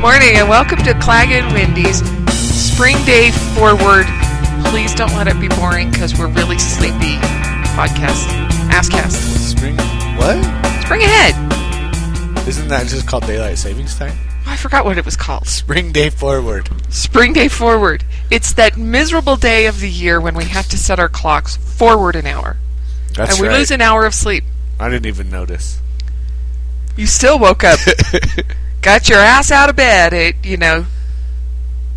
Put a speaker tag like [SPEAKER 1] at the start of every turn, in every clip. [SPEAKER 1] morning and welcome to Clag and Wendy's Spring Day Forward. Please don't let it be boring because we're really sleepy. Podcast, Asscast,
[SPEAKER 2] Spring. What?
[SPEAKER 1] Spring Ahead.
[SPEAKER 2] Isn't that just called daylight savings time?
[SPEAKER 1] Oh, I forgot what it was called.
[SPEAKER 2] Spring day forward.
[SPEAKER 1] Spring Day Forward. It's that miserable day of the year when we have to set our clocks forward an hour,
[SPEAKER 2] That's
[SPEAKER 1] and we
[SPEAKER 2] right.
[SPEAKER 1] lose an hour of sleep.
[SPEAKER 2] I didn't even notice.
[SPEAKER 1] You still woke up, got your ass out of bed at you know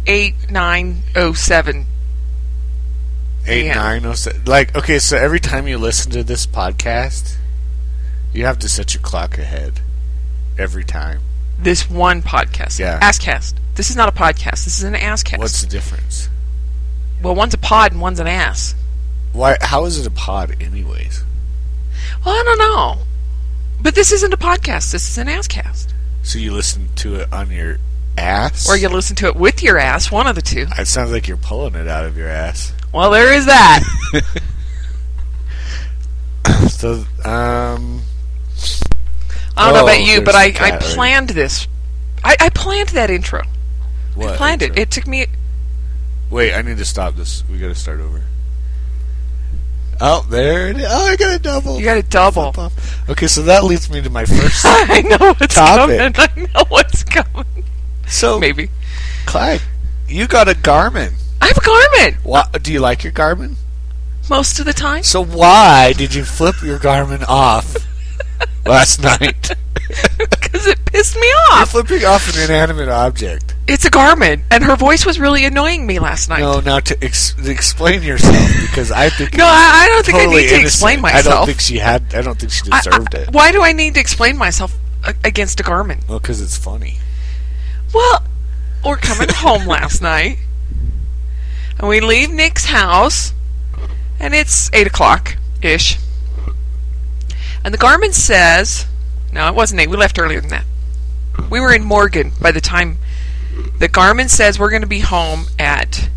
[SPEAKER 1] eight nine oh seven.
[SPEAKER 2] Eight,
[SPEAKER 1] Yeah.
[SPEAKER 2] nine, oh, se- like okay. So every time you listen to this podcast, you have to set your clock ahead. Every time.
[SPEAKER 1] This one podcast,
[SPEAKER 2] Yeah.
[SPEAKER 1] Asscast. This is not a podcast. This is an Asscast.
[SPEAKER 2] What's the difference?
[SPEAKER 1] Well, one's a pod and one's an ass.
[SPEAKER 2] Why? How is it a pod, anyways?
[SPEAKER 1] Well, I don't know. But this isn't a podcast. This is an ass cast.
[SPEAKER 2] So you listen to it on your ass,
[SPEAKER 1] Or you listen to it with your ass, one of the two.
[SPEAKER 2] It sounds like you're pulling it out of your ass.
[SPEAKER 1] Well, there is that.
[SPEAKER 2] So, um,
[SPEAKER 1] I don't know
[SPEAKER 2] Oh,
[SPEAKER 1] about you, but I,
[SPEAKER 2] there's the
[SPEAKER 1] I
[SPEAKER 2] cat already.
[SPEAKER 1] planned this. I, I planned that intro.
[SPEAKER 2] what?
[SPEAKER 1] I planned it. It took me.
[SPEAKER 2] Wait, I need to stop this. We gotta start over. Oh, there it is. Oh, I got a double.
[SPEAKER 1] You got a double.
[SPEAKER 2] Okay, so that leads me to my first.
[SPEAKER 1] I know what's
[SPEAKER 2] Topic. Oh.
[SPEAKER 1] coming. I know what's coming.
[SPEAKER 2] so,
[SPEAKER 1] Maybe.
[SPEAKER 2] Clyde, you got a Garmin.
[SPEAKER 1] I have a Garmin
[SPEAKER 2] Why, do you like your Garmin?
[SPEAKER 1] most of the time.
[SPEAKER 2] So why did you flip your Garmin off last night?
[SPEAKER 1] Because it pissed me
[SPEAKER 2] You're
[SPEAKER 1] off.
[SPEAKER 2] flipping off an inanimate object.
[SPEAKER 1] It's a Garmin. And her voice was really annoying me last night.
[SPEAKER 2] No, now to ex- explain yourself because I think
[SPEAKER 1] No, I, I don't think
[SPEAKER 2] totally
[SPEAKER 1] I need to
[SPEAKER 2] innocent.
[SPEAKER 1] explain myself.
[SPEAKER 2] I don't think she had. I don't think she
[SPEAKER 1] I-
[SPEAKER 2] deserved
[SPEAKER 1] I-
[SPEAKER 2] it.
[SPEAKER 1] Why do I need to explain myself a- against a Garmin?
[SPEAKER 2] Well, because it's funny.
[SPEAKER 1] Well, we're coming home last night, and we leave Nick's house, and it's eight o'clock ish, and the Garmin says, "No, it wasn't eight. We left earlier than that. We were in Morgan by the time the Garmin says we're going to be home at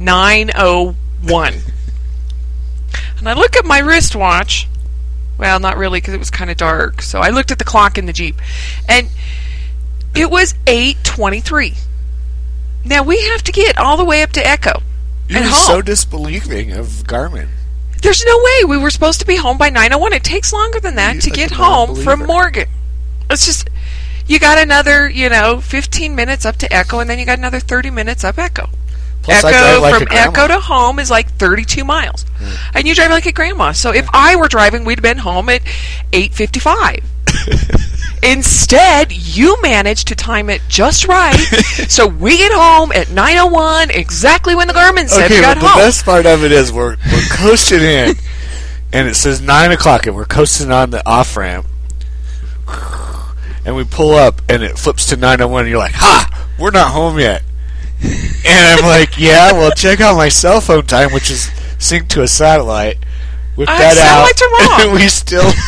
[SPEAKER 1] nine oh one, and I look at my wristwatch." Well, not really, because it was kind of dark. So I looked at the clock in the Jeep, and it was 8:23. Now we have to get all the way up to Echo.
[SPEAKER 2] You're
[SPEAKER 1] and home.
[SPEAKER 2] so disbelieving of Garmin.
[SPEAKER 1] There's no way we were supposed to be home by 9:01. It takes longer than that
[SPEAKER 2] You-
[SPEAKER 1] to
[SPEAKER 2] like
[SPEAKER 1] get
[SPEAKER 2] a
[SPEAKER 1] home from
[SPEAKER 2] non-believer.
[SPEAKER 1] Morgan. It's just you got another, you know, 15 minutes up to Echo and then you got another 30 minutes up Echo.
[SPEAKER 2] Plus, I
[SPEAKER 1] Echo
[SPEAKER 2] drive like a
[SPEAKER 1] from
[SPEAKER 2] grandma. Hmm.
[SPEAKER 1] Echo to home is like 32 miles. And you drive like a grandma. So if I were driving, we'd have been home at 8:55. Instead, you managed to time it just right. so we get home at 9:01 exactly when the Garmin said we
[SPEAKER 2] Okay,
[SPEAKER 1] got
[SPEAKER 2] but the
[SPEAKER 1] home.
[SPEAKER 2] best part of it is we're we're coasting in, and it says nine o'clock, and we're coasting on the off ramp, and we pull up, and it flips to nine oh one. You're like, "Ha, we're not home yet," and I'm like, "Yeah, well, check out my cell phone time, which is synced to a satellite." Whip
[SPEAKER 1] Uh,
[SPEAKER 2] that
[SPEAKER 1] satellites
[SPEAKER 2] out,
[SPEAKER 1] are wrong.
[SPEAKER 2] and we still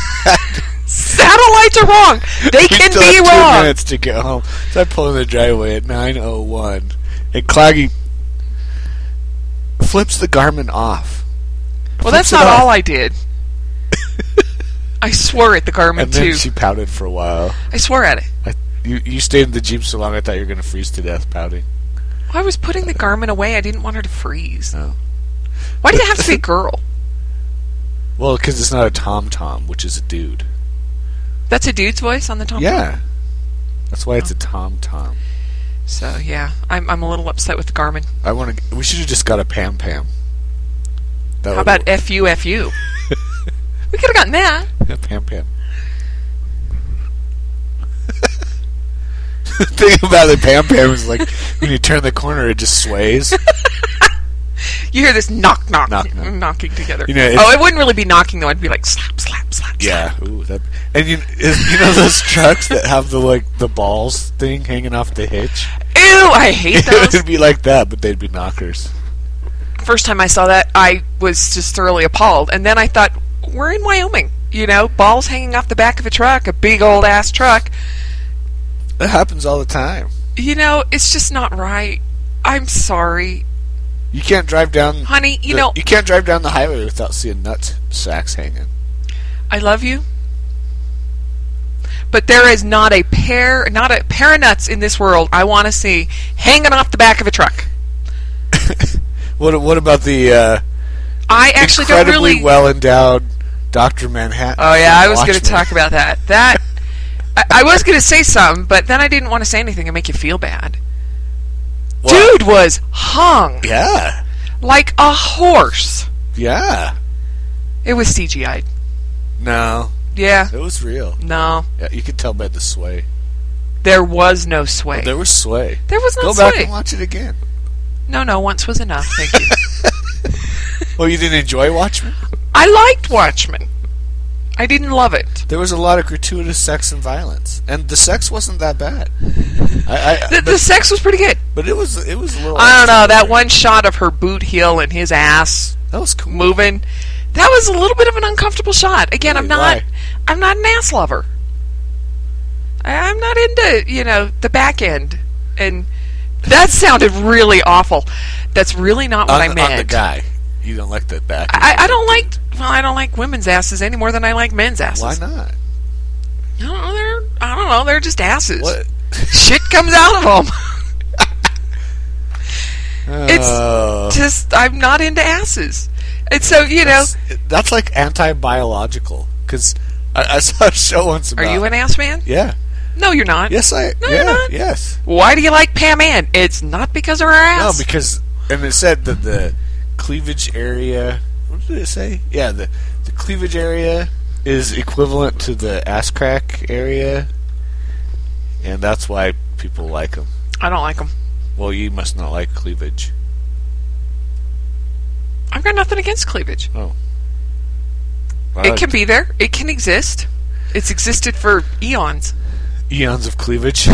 [SPEAKER 1] Satellites are wrong. They
[SPEAKER 2] we
[SPEAKER 1] can
[SPEAKER 2] still
[SPEAKER 1] be
[SPEAKER 2] have two
[SPEAKER 1] wrong.
[SPEAKER 2] minutes to get home. So I pull in the driveway at nine oh one, and Claggy flips the garment off.
[SPEAKER 1] Well, that's
[SPEAKER 2] Flips it
[SPEAKER 1] not
[SPEAKER 2] off.
[SPEAKER 1] all I did. I swore at the Garmin
[SPEAKER 2] And then
[SPEAKER 1] too.
[SPEAKER 2] she pouted for a while.
[SPEAKER 1] I swore at it.
[SPEAKER 2] I, you you stayed in the jeep so long, I thought you were gonna freeze to death pouting.
[SPEAKER 1] I was putting the Garmin away. I didn't want her to freeze.
[SPEAKER 2] Oh.
[SPEAKER 1] Why did it have to be a girl?
[SPEAKER 2] Well, because it's not a tom tom, which is a dude.
[SPEAKER 1] That's a dude's voice on the top.
[SPEAKER 2] Yeah, that's why it's a tom tom.
[SPEAKER 1] So yeah, I'm I'm a little upset with the Garmin.
[SPEAKER 2] I want to. We should have just got a pam pam. That Oh.
[SPEAKER 1] How about fu fu? we could have gotten that.
[SPEAKER 2] a pam pam? The thing about the pam pam is like when you turn the corner, it just sways.
[SPEAKER 1] You hear this knock knock,
[SPEAKER 2] Knock, knock.
[SPEAKER 1] knocking together.
[SPEAKER 2] You know, it's-
[SPEAKER 1] oh, it wouldn't really be knocking though. I'd be like slap slap slap. slap.
[SPEAKER 2] Yeah, ooh, that, and you you know those trucks that have the like the balls thing hanging off the hitch.
[SPEAKER 1] Ew, I hate
[SPEAKER 2] it
[SPEAKER 1] those.
[SPEAKER 2] would be like that, but they'd be knockers.
[SPEAKER 1] first time I saw that, I was just thoroughly appalled. And then I thought, we're in Wyoming. You know, balls hanging off the back of a truck, a big old ass truck.
[SPEAKER 2] That happens all the time.
[SPEAKER 1] You know, it's just not right. I'm sorry.
[SPEAKER 2] You can't drive down.
[SPEAKER 1] Honey, you
[SPEAKER 2] the-
[SPEAKER 1] know,
[SPEAKER 2] you can't drive down the highway without seeing nut sacks hanging.
[SPEAKER 1] I love you. But there is not a pair, not a pair of nuts in this world I want to see hanging off the back of a truck.
[SPEAKER 2] What what about the uh,
[SPEAKER 1] I actually don't
[SPEAKER 2] incredibly
[SPEAKER 1] really.
[SPEAKER 2] well endowed Doctor Manhattan?
[SPEAKER 1] oh yeah,
[SPEAKER 2] from
[SPEAKER 1] I was going to
[SPEAKER 2] Watchmen?
[SPEAKER 1] talk about that. That I, I was going to say something, but then I didn't want to say anything and make you feel bad.
[SPEAKER 2] Well,
[SPEAKER 1] Dude was hung
[SPEAKER 2] Yeah,
[SPEAKER 1] like a horse.
[SPEAKER 2] yeah.
[SPEAKER 1] It was CGI.
[SPEAKER 2] No,
[SPEAKER 1] Yeah.
[SPEAKER 2] it was real.
[SPEAKER 1] No,
[SPEAKER 2] Yeah, you can tell by the sway.
[SPEAKER 1] there was no sway.
[SPEAKER 2] There was sway.
[SPEAKER 1] There was no
[SPEAKER 2] Go
[SPEAKER 1] sway.
[SPEAKER 2] back and watch it again.
[SPEAKER 1] No, no, once was enough. Thank you.
[SPEAKER 2] Well, Oh, you didn't enjoy Watchmen.
[SPEAKER 1] I liked Watchmen. I didn't love it.
[SPEAKER 2] There was a lot of gratuitous sex and violence, and the sex wasn't that bad. I, I
[SPEAKER 1] The, the sex was pretty good.
[SPEAKER 2] but it was it was a little.
[SPEAKER 1] I don't know that
[SPEAKER 2] extraordinary.
[SPEAKER 1] one shot of her boot heel and his ass
[SPEAKER 2] That was cool.
[SPEAKER 1] moving. That was a little bit of an uncomfortable shot. Again, I'm
[SPEAKER 2] Really?
[SPEAKER 1] not.
[SPEAKER 2] Why?
[SPEAKER 1] I'm not an ass lover. I- I'm not into you know the back end, and that sounded really awful. That's really not what
[SPEAKER 2] on,
[SPEAKER 1] I
[SPEAKER 2] the-
[SPEAKER 1] meant.
[SPEAKER 2] on the guy. You don't like that back.
[SPEAKER 1] I, I don't like. Well, I don't like women's asses any more than I like men's asses.
[SPEAKER 2] Why not?
[SPEAKER 1] I don't know. They're I don't know. They're just asses.
[SPEAKER 2] What?
[SPEAKER 1] Shit comes out of them.
[SPEAKER 2] Oh.
[SPEAKER 1] just I'm not into asses. And so you know,
[SPEAKER 2] that's, that's like anti-biological because I, I saw a show once
[SPEAKER 1] are
[SPEAKER 2] about.
[SPEAKER 1] you an ass man?
[SPEAKER 2] Yeah.
[SPEAKER 1] No, you're not.
[SPEAKER 2] Yes, I.
[SPEAKER 1] No,
[SPEAKER 2] yeah.
[SPEAKER 1] you're not.
[SPEAKER 2] Yes.
[SPEAKER 1] Why do you like Pam Ann? It's not because of her
[SPEAKER 2] No,
[SPEAKER 1] ass.
[SPEAKER 2] because and it said that the cleavage area. What did it say? Yeah, the the cleavage area is equivalent to the ass crack area, and that's why people like them.
[SPEAKER 1] I don't like them.
[SPEAKER 2] Well, you must not like cleavage.
[SPEAKER 1] I've got nothing against cleavage.
[SPEAKER 2] I
[SPEAKER 1] It
[SPEAKER 2] like
[SPEAKER 1] can be there. It can exist. It's existed for eons.
[SPEAKER 2] eons of cleavage.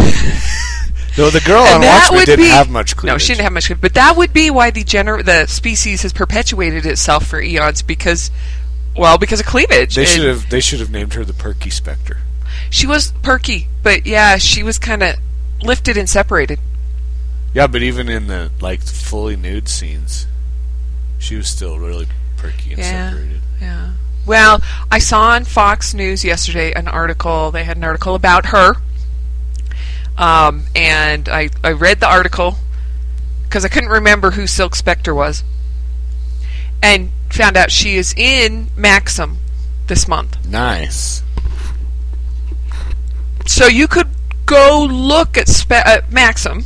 [SPEAKER 2] Though the girl on
[SPEAKER 1] and that
[SPEAKER 2] Watchmen
[SPEAKER 1] would
[SPEAKER 2] didn't
[SPEAKER 1] be
[SPEAKER 2] have much cleavage.
[SPEAKER 1] No, she didn't have much cleavage. But that would be why the gener- the species has perpetuated itself for eons because, well, because of cleavage.
[SPEAKER 2] They
[SPEAKER 1] And
[SPEAKER 2] should have. They should have named her the Perky Spectre.
[SPEAKER 1] She was perky, but yeah, she was kind of lifted and separated.
[SPEAKER 2] Yeah, but even in the like fully nude scenes, she was still really perky and
[SPEAKER 1] Yeah.
[SPEAKER 2] separated.
[SPEAKER 1] Yeah. Well, I saw on Fox News yesterday an article. They had an article about her. Um, and I, I read the article because I couldn't remember who Silk Spectre was. And found out she is in Maxim this month.
[SPEAKER 2] Nice.
[SPEAKER 1] So you could go look at spe- uh, Maxim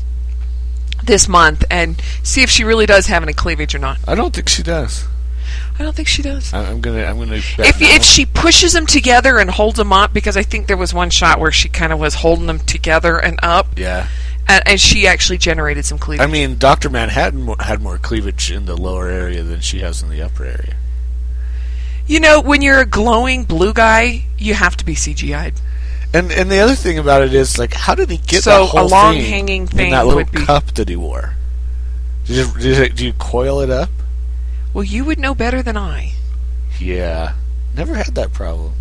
[SPEAKER 1] this month and see if she really does have any cleavage or not.
[SPEAKER 2] I don't think she does.
[SPEAKER 1] I don't think she does.
[SPEAKER 2] I, I'm gonna. I'm gonna. Bet
[SPEAKER 1] if
[SPEAKER 2] no.
[SPEAKER 1] if she pushes them together and holds them up, because I think there was one shot where she kind of was holding them together and up,
[SPEAKER 2] yeah.
[SPEAKER 1] and, and she actually generated some
[SPEAKER 2] I
[SPEAKER 1] cleavage.
[SPEAKER 2] mean, Doctor Manhattan mo- had more cleavage in the lower area than she has in the upper area.
[SPEAKER 1] you know, when you're a glowing blue guy, you have to be CGI'd.
[SPEAKER 2] And and the other thing about it is like, how did he get
[SPEAKER 1] So
[SPEAKER 2] that whole
[SPEAKER 1] a long
[SPEAKER 2] thing
[SPEAKER 1] hanging
[SPEAKER 2] in
[SPEAKER 1] thing
[SPEAKER 2] that little
[SPEAKER 1] would be-
[SPEAKER 2] cup that he wore? Did you, did, it- did you coil it up?
[SPEAKER 1] Well, you would know better than I.
[SPEAKER 2] Yeah. Never had that problem.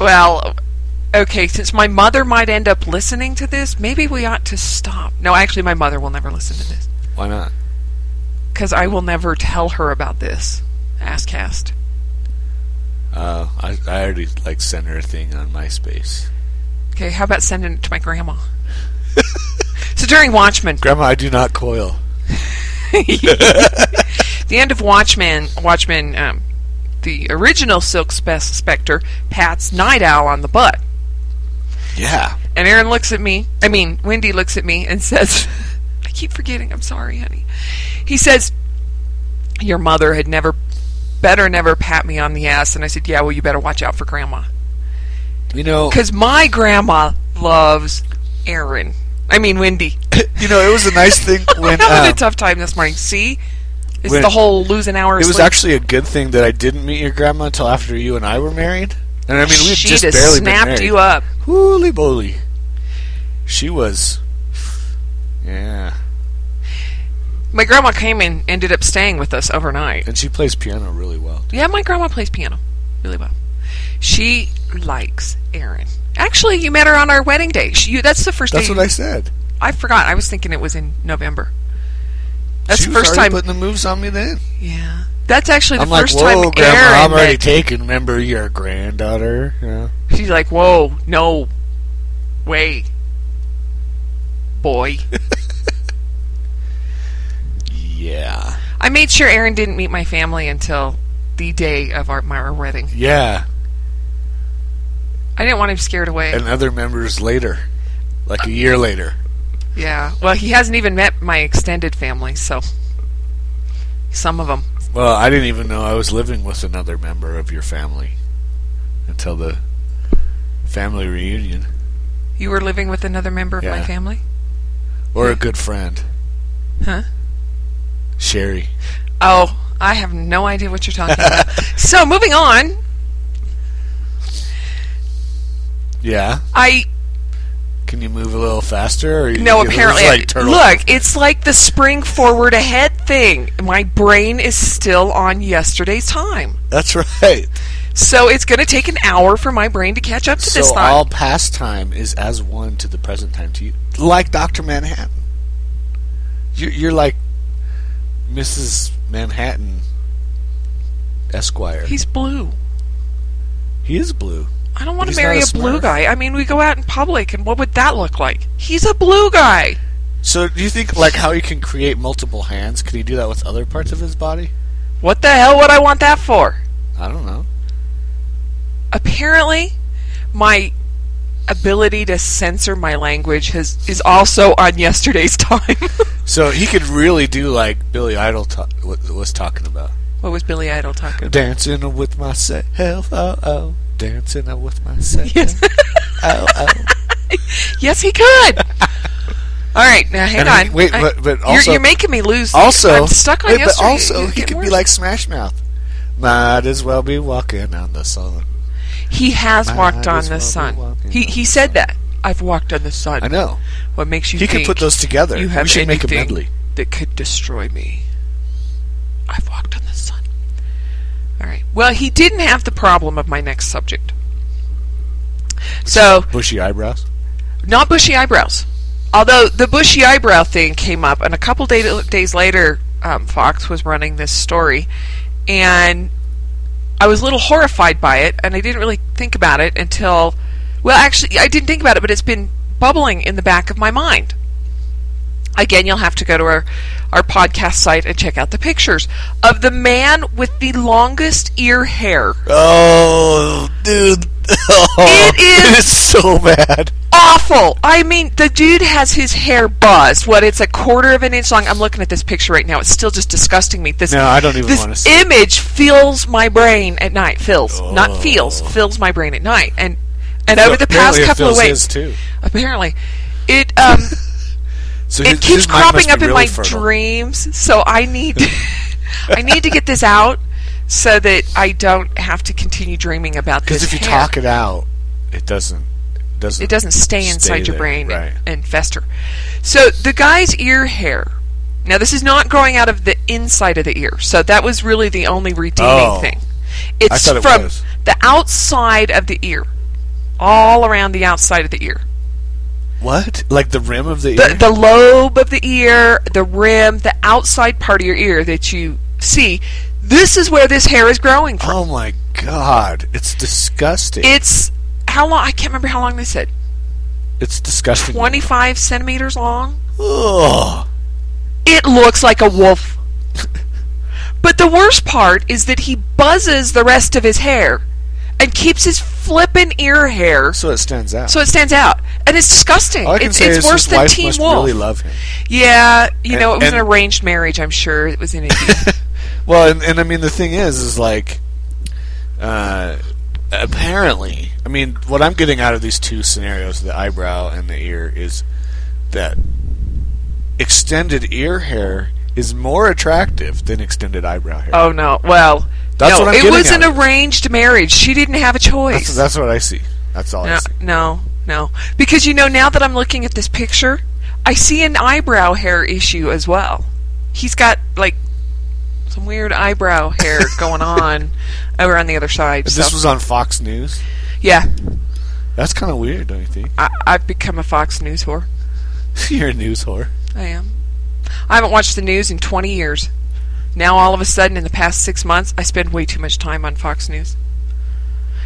[SPEAKER 1] Well, okay, since my mother might end up listening to this, maybe we ought to stop. No, actually, my mother will never listen to this
[SPEAKER 2] Why not?
[SPEAKER 1] because I will never tell her about this. Asscast.
[SPEAKER 2] Uh, I, I already like sent her a thing on MySpace.
[SPEAKER 1] Okay, how about sending it to my grandma? so during Watchmen,
[SPEAKER 2] Grandma, I do not coil.
[SPEAKER 1] the end of Watchmen, Watchmen, um, the original Silk Spe- Spectre pats Night Owl on the butt,
[SPEAKER 2] Yeah.
[SPEAKER 1] and Aaron looks at me. I mean, Wendy looks at me and says, "I keep forgetting. I'm sorry, honey." He says, "Your mother had never, better never pat me on the ass." And I said, "Yeah, well, you better watch out for Grandma,
[SPEAKER 2] You know,
[SPEAKER 1] because my grandma loves Aaron. I mean, Wendy."
[SPEAKER 2] you know, it was a nice thing when
[SPEAKER 1] I'm having
[SPEAKER 2] um,
[SPEAKER 1] a tough time this morning. See, it's
[SPEAKER 2] when-
[SPEAKER 1] the whole losing hours.
[SPEAKER 2] it was actually a good thing that I didn't meet your grandma until after you and I were married. And I mean, we've
[SPEAKER 1] she
[SPEAKER 2] just
[SPEAKER 1] just
[SPEAKER 2] barely
[SPEAKER 1] snapped
[SPEAKER 2] been married.
[SPEAKER 1] you up.
[SPEAKER 2] Holy moly! She was. Yeah,
[SPEAKER 1] My grandma came and ended up staying with us overnight.
[SPEAKER 2] and she plays piano really well.
[SPEAKER 1] Yeah, my grandma plays piano really well. She likes Aaron. Actually, you met her on our wedding day. She, you, that's the first
[SPEAKER 2] That's
[SPEAKER 1] day.
[SPEAKER 2] what I said.
[SPEAKER 1] I forgot. I was thinking it was in November. That's the
[SPEAKER 2] she was
[SPEAKER 1] first
[SPEAKER 2] already
[SPEAKER 1] time.
[SPEAKER 2] putting the moves on me then.
[SPEAKER 1] yeah. That's actually the
[SPEAKER 2] I'm like,
[SPEAKER 1] first
[SPEAKER 2] whoa,
[SPEAKER 1] time
[SPEAKER 2] Grandma,
[SPEAKER 1] Aaron
[SPEAKER 2] I'm already
[SPEAKER 1] met-
[SPEAKER 2] taken. Remember, you're a granddaughter. You know?
[SPEAKER 1] She's like, whoa, no, way, boy.
[SPEAKER 2] Yeah.
[SPEAKER 1] I made sure Aaron didn't meet my family until the day of our, my wedding.
[SPEAKER 2] Yeah.
[SPEAKER 1] I didn't want him scared away.
[SPEAKER 2] And other members later. Like a year later.
[SPEAKER 1] yeah. Well, he hasn't even met my extended family, so some of them.
[SPEAKER 2] Well, I didn't even know I was living with another member of your family until the family reunion.
[SPEAKER 1] You were living with another member of my
[SPEAKER 2] Yeah.
[SPEAKER 1] family?
[SPEAKER 2] Or a good friend.
[SPEAKER 1] Huh?
[SPEAKER 2] Sherry.
[SPEAKER 1] Oh, I have no idea what you're talking about. So, moving on,
[SPEAKER 2] Yeah.
[SPEAKER 1] I
[SPEAKER 2] Can you move a little faster? Or are you
[SPEAKER 1] no
[SPEAKER 2] you know,
[SPEAKER 1] apparently
[SPEAKER 2] it's like turtle.
[SPEAKER 1] look, it's like the spring forward ahead thing. My brain is still on yesterday's time.
[SPEAKER 2] That's right.
[SPEAKER 1] So it's going to take an hour for my brain to catch up to
[SPEAKER 2] So
[SPEAKER 1] this thought.
[SPEAKER 2] all past time is as one to the present time to you, like Doctor Manhattan. You're, you're like Mrs. Manhattan Esquire.
[SPEAKER 1] He's blue.
[SPEAKER 2] he is blue.
[SPEAKER 1] I don't want
[SPEAKER 2] But
[SPEAKER 1] to
[SPEAKER 2] he's not
[SPEAKER 1] marry
[SPEAKER 2] a
[SPEAKER 1] a, blue
[SPEAKER 2] Smurf.
[SPEAKER 1] guy. I mean, we go out in public, and what would that look like? He's a blue guy.
[SPEAKER 2] So do you think like how he can create multiple hands? Could he do that with other parts of his body?
[SPEAKER 1] What the hell would I want that for?
[SPEAKER 2] I don't know.
[SPEAKER 1] Apparently, my ability to censor my language has is also on yesterday's time.
[SPEAKER 2] So he could really do like Billy Idol ta- wa- was talking about.
[SPEAKER 1] what was Billy Idol talking about?
[SPEAKER 2] Dancing with myself, oh oh. Dancing with myself,
[SPEAKER 1] Yes.
[SPEAKER 2] oh oh.
[SPEAKER 1] Yes, he could. All right, now hang
[SPEAKER 2] And
[SPEAKER 1] on.
[SPEAKER 2] he- wait,
[SPEAKER 1] I-
[SPEAKER 2] but- but
[SPEAKER 1] you're-
[SPEAKER 2] also-
[SPEAKER 1] you're, making me lose.
[SPEAKER 2] Also,
[SPEAKER 1] I'm stuck on
[SPEAKER 2] wait, but
[SPEAKER 1] yesterday.
[SPEAKER 2] also
[SPEAKER 1] It's
[SPEAKER 2] he
[SPEAKER 1] getting
[SPEAKER 2] could be
[SPEAKER 1] worse.
[SPEAKER 2] like Smash Mouth. Might as well be walking on the sun.
[SPEAKER 1] He has
[SPEAKER 2] Might
[SPEAKER 1] walked on
[SPEAKER 2] as
[SPEAKER 1] the
[SPEAKER 2] well be
[SPEAKER 1] sun.
[SPEAKER 2] walking
[SPEAKER 1] He
[SPEAKER 2] on
[SPEAKER 1] he
[SPEAKER 2] the
[SPEAKER 1] said
[SPEAKER 2] sun.
[SPEAKER 1] that. I've walked on the sun.
[SPEAKER 2] I know
[SPEAKER 1] What makes you
[SPEAKER 2] he
[SPEAKER 1] think
[SPEAKER 2] could put those together.
[SPEAKER 1] you have
[SPEAKER 2] we should make a
[SPEAKER 1] anything
[SPEAKER 2] medley.
[SPEAKER 1] that could destroy me? I've walked on the sun. All right. Well, he didn't have the problem of my next subject. So,
[SPEAKER 2] Bushy eyebrows.
[SPEAKER 1] not bushy eyebrows. Although the bushy eyebrow thing came up, and a couple day, days later, um, Fox was running this story, and I was a little horrified by it, and I didn't really think about it until, well, actually, I didn't think about it, but it's been bubbling in the back of my mind. Again, you'll have to go to our, our podcast site and check out the pictures of the man with the longest ear hair.
[SPEAKER 2] Oh, dude.
[SPEAKER 1] It is-
[SPEAKER 2] It is so bad.
[SPEAKER 1] awful. I mean, the dude has his hair buzzed. What? It's a quarter of an inch long. I'm looking at this picture right now. It's still just disgusting me. This
[SPEAKER 2] No, I don't even
[SPEAKER 1] this
[SPEAKER 2] want to see.
[SPEAKER 1] image fills my brain at night. Fills, not feels. Fills my brain at night. And and over the past
[SPEAKER 2] Oh. Apparently it
[SPEAKER 1] couple of
[SPEAKER 2] fills
[SPEAKER 1] weeks,
[SPEAKER 2] his, too.
[SPEAKER 1] apparently, it um
[SPEAKER 2] So his-
[SPEAKER 1] it keeps
[SPEAKER 2] his mind
[SPEAKER 1] cropping
[SPEAKER 2] must
[SPEAKER 1] up
[SPEAKER 2] be
[SPEAKER 1] in
[SPEAKER 2] really
[SPEAKER 1] my
[SPEAKER 2] fertile.
[SPEAKER 1] dreams. So I need I need to get this out so that I don't have to continue dreaming about this.
[SPEAKER 2] Because if you
[SPEAKER 1] hair.
[SPEAKER 2] talk it out, it doesn't. It doesn't.
[SPEAKER 1] it doesn't stay inside your
[SPEAKER 2] there,
[SPEAKER 1] brain
[SPEAKER 2] right.
[SPEAKER 1] and, and fester. So the guy's ear hair. Now this is not growing out of the inside of the ear. So that was really the only redeeming
[SPEAKER 2] Oh.
[SPEAKER 1] thing. It's
[SPEAKER 2] thought it
[SPEAKER 1] from
[SPEAKER 2] was.
[SPEAKER 1] the outside of the ear, all around the outside of the ear,
[SPEAKER 2] What? Like the rim of the
[SPEAKER 1] the
[SPEAKER 2] ear?
[SPEAKER 1] the lobe of the ear, the rim, the outside part of your ear that you see. This is where this hair is growing from.
[SPEAKER 2] oh my god! It's disgusting.
[SPEAKER 1] It's how long? I can't remember how long they said.
[SPEAKER 2] it's disgusting.
[SPEAKER 1] Twenty-five centimeters long.
[SPEAKER 2] Ugh.
[SPEAKER 1] it looks like a wolf. but the worst part is that he buzzes the rest of his hair and keeps his flippin' ear hair
[SPEAKER 2] So it stands out.
[SPEAKER 1] so it stands out. And it's disgusting.
[SPEAKER 2] All I can
[SPEAKER 1] it's
[SPEAKER 2] say
[SPEAKER 1] it's
[SPEAKER 2] is
[SPEAKER 1] worse
[SPEAKER 2] his
[SPEAKER 1] than
[SPEAKER 2] wife
[SPEAKER 1] Teen
[SPEAKER 2] must
[SPEAKER 1] Wolf.
[SPEAKER 2] really love him.
[SPEAKER 1] yeah, you know, it
[SPEAKER 2] And-
[SPEAKER 1] was an
[SPEAKER 2] and-
[SPEAKER 1] arranged marriage, I'm sure. It was in a
[SPEAKER 2] Well, and, and I mean the thing is, is like, uh, apparently, I mean what I'm getting out of these two scenarios, the eyebrow and the ear, is that extended ear hair is more attractive than extended eyebrow hair.
[SPEAKER 1] Oh no. Well,
[SPEAKER 2] That's
[SPEAKER 1] no,
[SPEAKER 2] what I'm
[SPEAKER 1] it
[SPEAKER 2] getting
[SPEAKER 1] was an
[SPEAKER 2] at.
[SPEAKER 1] arranged marriage. She didn't have a choice.
[SPEAKER 2] that's, that's what I see. That's all I
[SPEAKER 1] No,
[SPEAKER 2] see.
[SPEAKER 1] no, no. Because you know, now that I'm looking at this picture, I see an eyebrow hair issue as well. He's got like some weird eyebrow hair going on over on the other side.
[SPEAKER 2] If
[SPEAKER 1] So.
[SPEAKER 2] this was on Fox News,
[SPEAKER 1] yeah,
[SPEAKER 2] that's kind of weird, don't you think?
[SPEAKER 1] I, I've become a Fox News whore.
[SPEAKER 2] You're a news whore.
[SPEAKER 1] I am. I haven't watched the news in 20 years. Now, all of a sudden, in the past six months, I spend way too much time on Fox News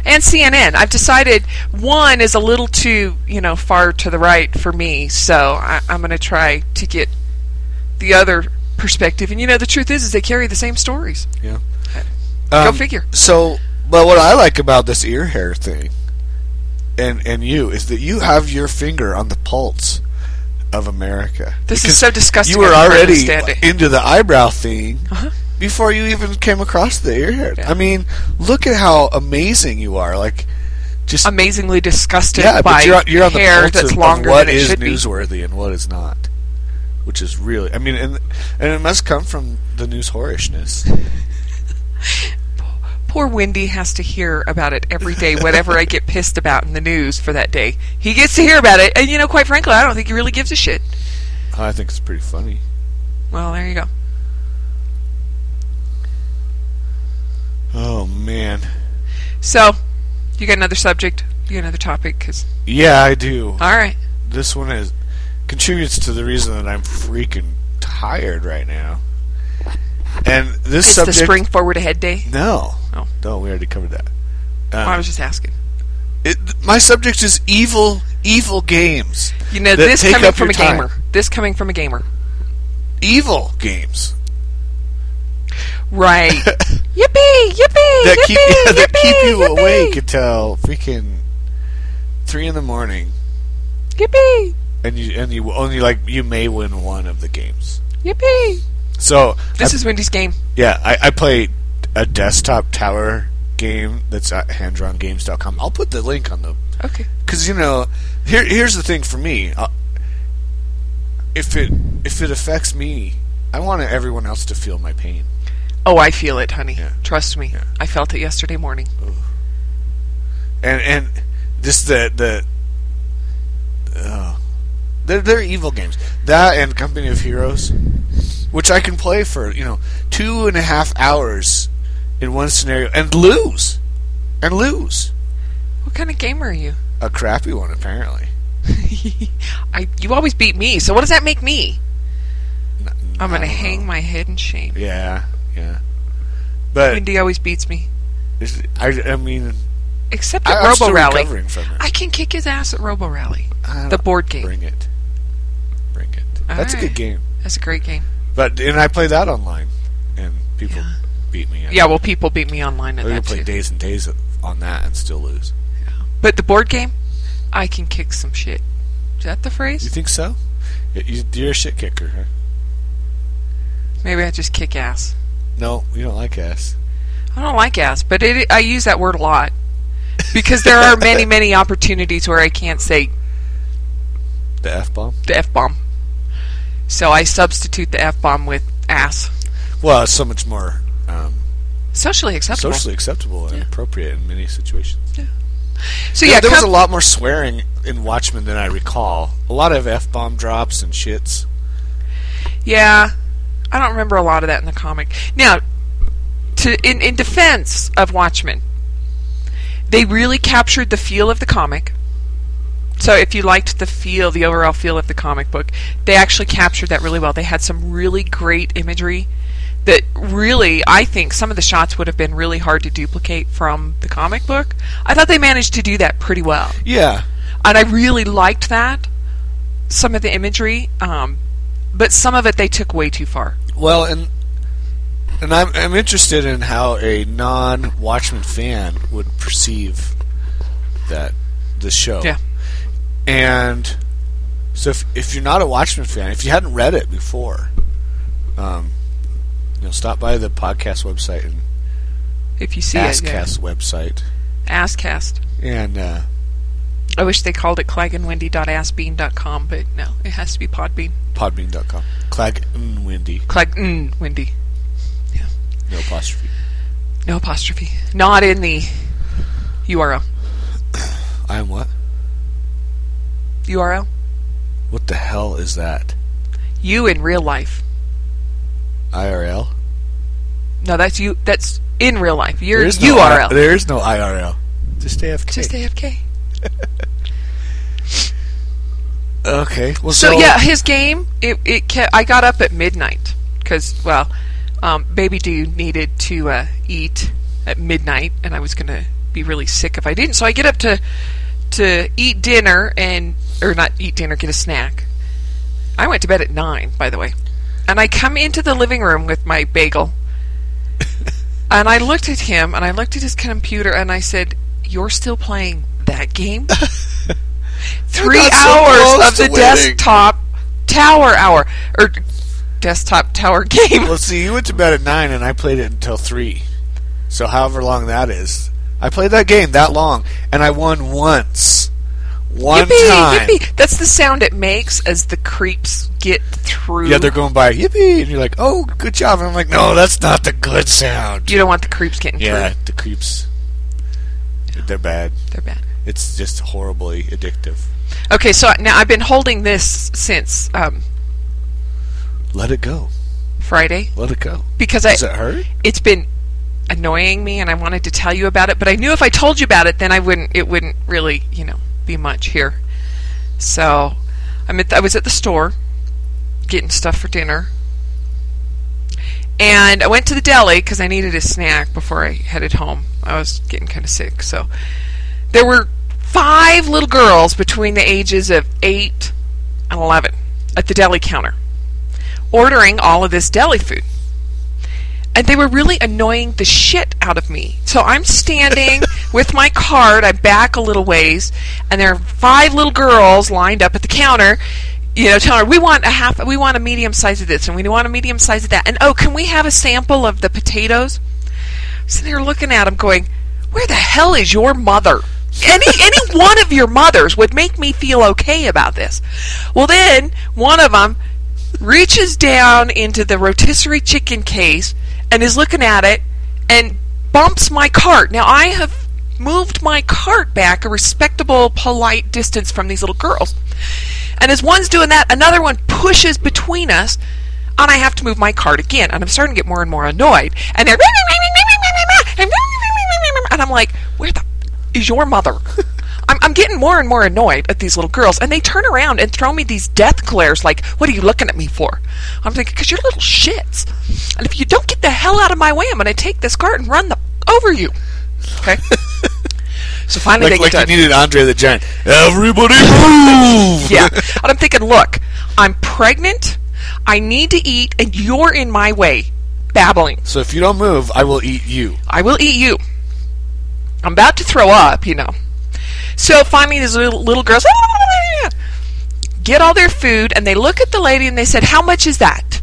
[SPEAKER 1] and CNN. I've decided one is a little too, you know, far to the right for me, so I, I'm going to try to get the other perspective. And you know, the truth is, is they carry the same stories.
[SPEAKER 2] Yeah.
[SPEAKER 1] Go
[SPEAKER 2] Um,
[SPEAKER 1] figure.
[SPEAKER 2] So, but what I like about this ear hair thing, and and you, is that you have your finger on the pulse of America.
[SPEAKER 1] This
[SPEAKER 2] Because
[SPEAKER 1] is so disgusting.
[SPEAKER 2] You were
[SPEAKER 1] I don't
[SPEAKER 2] already
[SPEAKER 1] understand it.
[SPEAKER 2] into the eyebrow thing
[SPEAKER 1] Uh-huh.
[SPEAKER 2] before you even came across the ear hair.
[SPEAKER 1] Yeah.
[SPEAKER 2] I mean, look at how amazing you are. Like, just
[SPEAKER 1] amazingly disgusted
[SPEAKER 2] yeah,
[SPEAKER 1] by
[SPEAKER 2] but you're, on- you're on the
[SPEAKER 1] hair
[SPEAKER 2] pulse
[SPEAKER 1] that's
[SPEAKER 2] of,
[SPEAKER 1] longer
[SPEAKER 2] of what
[SPEAKER 1] than it
[SPEAKER 2] is
[SPEAKER 1] should be.
[SPEAKER 2] newsworthy and what is not, which is really. I mean, and and it must come from the news whorishness.
[SPEAKER 1] Poor Wendy has to hear about it every day, whatever I get pissed about in the news for that day. He gets to hear about it, and you know, quite frankly, I don't think he really gives a shit.
[SPEAKER 2] I think it's pretty funny.
[SPEAKER 1] Well, there you go.
[SPEAKER 2] Oh man.
[SPEAKER 1] So, you got another subject? You got another topic? 'Cause-
[SPEAKER 2] Yeah, I do.
[SPEAKER 1] all right.
[SPEAKER 2] This one is contributes to the reason that I'm freaking tired right now. And this
[SPEAKER 1] It's
[SPEAKER 2] subject,
[SPEAKER 1] the spring forward ahead day.
[SPEAKER 2] no,
[SPEAKER 1] Oh.
[SPEAKER 2] no, we already covered that.
[SPEAKER 1] Well,
[SPEAKER 2] Um,
[SPEAKER 1] I was just asking.
[SPEAKER 2] it, my subject is evil, evil games,
[SPEAKER 1] You know,
[SPEAKER 2] that
[SPEAKER 1] this
[SPEAKER 2] take
[SPEAKER 1] coming
[SPEAKER 2] up
[SPEAKER 1] from
[SPEAKER 2] your
[SPEAKER 1] a
[SPEAKER 2] time.
[SPEAKER 1] gamer. This coming from a gamer.
[SPEAKER 2] evil games
[SPEAKER 1] Right. yippee! Yippee!
[SPEAKER 2] that
[SPEAKER 1] yippee!
[SPEAKER 2] keep yeah,
[SPEAKER 1] yippee!
[SPEAKER 2] that keep you
[SPEAKER 1] yippee,
[SPEAKER 2] awake until freaking three in the morning,
[SPEAKER 1] Yippee!
[SPEAKER 2] and you and you only like you may win one of the games.
[SPEAKER 1] Yippee!
[SPEAKER 2] So
[SPEAKER 1] This
[SPEAKER 2] I-
[SPEAKER 1] is Wendy's game.
[SPEAKER 2] Yeah, I, I play a desktop tower game that's at handdrawngames.com. I'll put the link on the
[SPEAKER 1] Okay.
[SPEAKER 2] because you know here here's the thing for me. Uh, if it if it affects me, I want everyone else to feel my pain.
[SPEAKER 1] Oh, I feel it, honey.
[SPEAKER 2] Yeah.
[SPEAKER 1] Trust me.
[SPEAKER 2] Yeah.
[SPEAKER 1] I felt it yesterday morning.
[SPEAKER 2] And and just the the oh, they're they're evil games. That and Company of Heroes, which I can play for you know two and a half hours in one scenario and lose and lose.
[SPEAKER 1] What kind of gamer are you?
[SPEAKER 2] A crappy one, apparently.
[SPEAKER 1] I you always beat me. So what does that make me?
[SPEAKER 2] N-
[SPEAKER 1] I'm
[SPEAKER 2] I
[SPEAKER 1] gonna
[SPEAKER 2] don't
[SPEAKER 1] hang
[SPEAKER 2] know.
[SPEAKER 1] my head in shame.
[SPEAKER 2] Yeah, yeah. But
[SPEAKER 1] Wendy always beats me,
[SPEAKER 2] it's- I, I mean,
[SPEAKER 1] except
[SPEAKER 2] I,
[SPEAKER 1] at
[SPEAKER 2] I'm
[SPEAKER 1] Robo
[SPEAKER 2] still
[SPEAKER 1] Rally.
[SPEAKER 2] recovering from it.
[SPEAKER 1] I can kick his ass at Robo Rally.
[SPEAKER 2] I
[SPEAKER 1] The
[SPEAKER 2] don't-
[SPEAKER 1] board game.
[SPEAKER 2] Bring it. Bring it. That's a
[SPEAKER 1] Alright.
[SPEAKER 2] good game.
[SPEAKER 1] That's a great game.
[SPEAKER 2] But and I play that online, and people
[SPEAKER 1] Yeah.
[SPEAKER 2] beat me.
[SPEAKER 1] Yeah, well, people beat me online at
[SPEAKER 2] I
[SPEAKER 1] that
[SPEAKER 2] play
[SPEAKER 1] too.
[SPEAKER 2] days and days on that and still lose.
[SPEAKER 1] But the board game, I can kick some shit. Is that the
[SPEAKER 2] You
[SPEAKER 1] phrase?
[SPEAKER 2] think so? Y- you- You're a shit kicker, huh?
[SPEAKER 1] Maybe I just kick ass.
[SPEAKER 2] No, you don't like ass.
[SPEAKER 1] I don't like ass, but it, I use that word a lot because there are many, many opportunities where I can't say
[SPEAKER 2] The f bomb.
[SPEAKER 1] the f bomb. So I substitute the f bomb with ass.
[SPEAKER 2] Well, it's so much more um,
[SPEAKER 1] Socially acceptable.
[SPEAKER 2] socially acceptable and
[SPEAKER 1] Yeah.
[SPEAKER 2] appropriate in many situations.
[SPEAKER 1] So
[SPEAKER 2] yeah,
[SPEAKER 1] yeah,
[SPEAKER 2] there was
[SPEAKER 1] com-
[SPEAKER 2] a lot more swearing in Watchmen than I recall. A lot of f bomb drops and shits.
[SPEAKER 1] yeah. I don't remember a lot of that in the comic. Now, to in in defense of Watchmen, they really captured the feel of the comic. So if you liked the feel, the overall feel of the comic book, they actually captured that really well. They had some really great imagery that really, I think, some of the shots would have been really hard to duplicate from the comic book. I thought they managed to do that pretty well.
[SPEAKER 2] Yeah,
[SPEAKER 1] and I really liked that some of the imagery, um, but some of it they took way too far.
[SPEAKER 2] well, and and I'm I'm interested in how a non Watchmen fan would perceive that the show.
[SPEAKER 1] Yeah.
[SPEAKER 2] and so if if you're not a Watchmen fan, if you hadn't read it before, um, you know, stop by the podcast website and
[SPEAKER 1] If you see it, yeah.
[SPEAKER 2] Askcast website
[SPEAKER 1] Asscast.
[SPEAKER 2] and. Uh,
[SPEAKER 1] I wish they called it clagandwendy.assbean.com, but no, it has to be Podbean.
[SPEAKER 2] Podbean.com. Clag and Windy.
[SPEAKER 1] Clag mm, Wendy,
[SPEAKER 2] No apostrophe.
[SPEAKER 1] no apostrophe, not in the URL.
[SPEAKER 2] I am what?
[SPEAKER 1] URL.
[SPEAKER 2] What the hell is that?
[SPEAKER 1] You in real life.
[SPEAKER 2] IRL?
[SPEAKER 1] No, that's you. That's in real life. Your
[SPEAKER 2] There is no
[SPEAKER 1] URL.
[SPEAKER 2] I- there is no IRL. Just AFK.
[SPEAKER 1] Just AFK.
[SPEAKER 2] okay. Well,
[SPEAKER 1] So,
[SPEAKER 2] so,
[SPEAKER 1] yeah, his game. It it kept, I got up at midnight because well, um, baby dude needed to uh, eat at midnight, and I was going to be really sick if I didn't. So I get up to to eat dinner and or not eat dinner, get a snack. I went to bed at nine, by the way, and I come into the living room with my bagel, and I looked at him and I looked at his computer and I said, "You're still playing that game." Three
[SPEAKER 2] got so
[SPEAKER 1] hours
[SPEAKER 2] close
[SPEAKER 1] of
[SPEAKER 2] to
[SPEAKER 1] the
[SPEAKER 2] winning.
[SPEAKER 1] desktop tower hour or desktop tower game.
[SPEAKER 2] Well, see, you went to bed at nine, and I played it until three. So, however long that is, I played that game that long, and I won once. One
[SPEAKER 1] yippee,
[SPEAKER 2] time.
[SPEAKER 1] yippee. That's the sound it makes as the creeps get through.
[SPEAKER 2] Yeah, they're going by yippee, and you're like, "Oh, good job!" And I'm like, "No, that's not the good sound."
[SPEAKER 1] you don't want the creeps getting
[SPEAKER 2] Yeah, the creeps. They're bad.
[SPEAKER 1] through. They're bad.
[SPEAKER 2] It's just horribly addictive.
[SPEAKER 1] Okay, so now I've been holding this since um,
[SPEAKER 2] Let it go.
[SPEAKER 1] Friday
[SPEAKER 2] Let it go.
[SPEAKER 1] because I
[SPEAKER 2] Does it hurt?
[SPEAKER 1] it's been annoying me and I wanted to tell you about it, but I knew if I told you about it then I wouldn't it wouldn't really, you know, be much here. So I'm at the, I was at the store getting stuff for dinner. And I went to the deli cuz I needed a snack before I headed home. I was getting kind of sick, so there were five little girls between the ages of 8 and 11 at the deli counter ordering all of this deli food and they were really annoying the shit out of me. So I'm standing with my card, I back a little ways, and there are five little girls lined up at the counter, you know, telling her, We want a half we want a medium size of this and we want a medium size of that and oh, can we have a sample of the potatoes? Sitting there looking at them going, Where the hell is your mother? Any any one of your mothers would make me feel okay about this. Well then one of them reaches down into the rotisserie chicken case and is looking at it and bumps my cart. Now I have moved my cart back a respectable, polite distance from these little girls. And as one's doing that, another one pushes between us, and I have to move my cart again. And I'm starting to get more and more annoyed. And they're and I'm like, where the is your mother? I'm, I'm getting more and more annoyed at these little girls, and they turn around and throw me these death glares like, What are you looking at me for? I'm thinking, Because you're little shits. And if you don't get the hell out of my way, I'm going to take this cart and run the over you. Okay? so finally
[SPEAKER 2] Like,
[SPEAKER 1] they get
[SPEAKER 2] like
[SPEAKER 1] done.
[SPEAKER 2] you needed Andre the Giant. Everybody move!
[SPEAKER 1] yeah. And I'm thinking, Look, I'm pregnant, I need to eat, and you're in my way, babbling.
[SPEAKER 2] So if you don't move, I will eat you.
[SPEAKER 1] I will eat you. I'm about to throw up, you know. So finally, these little, little girls "Ah!" get all their food, and they look at the lady and they said, "How much is that?"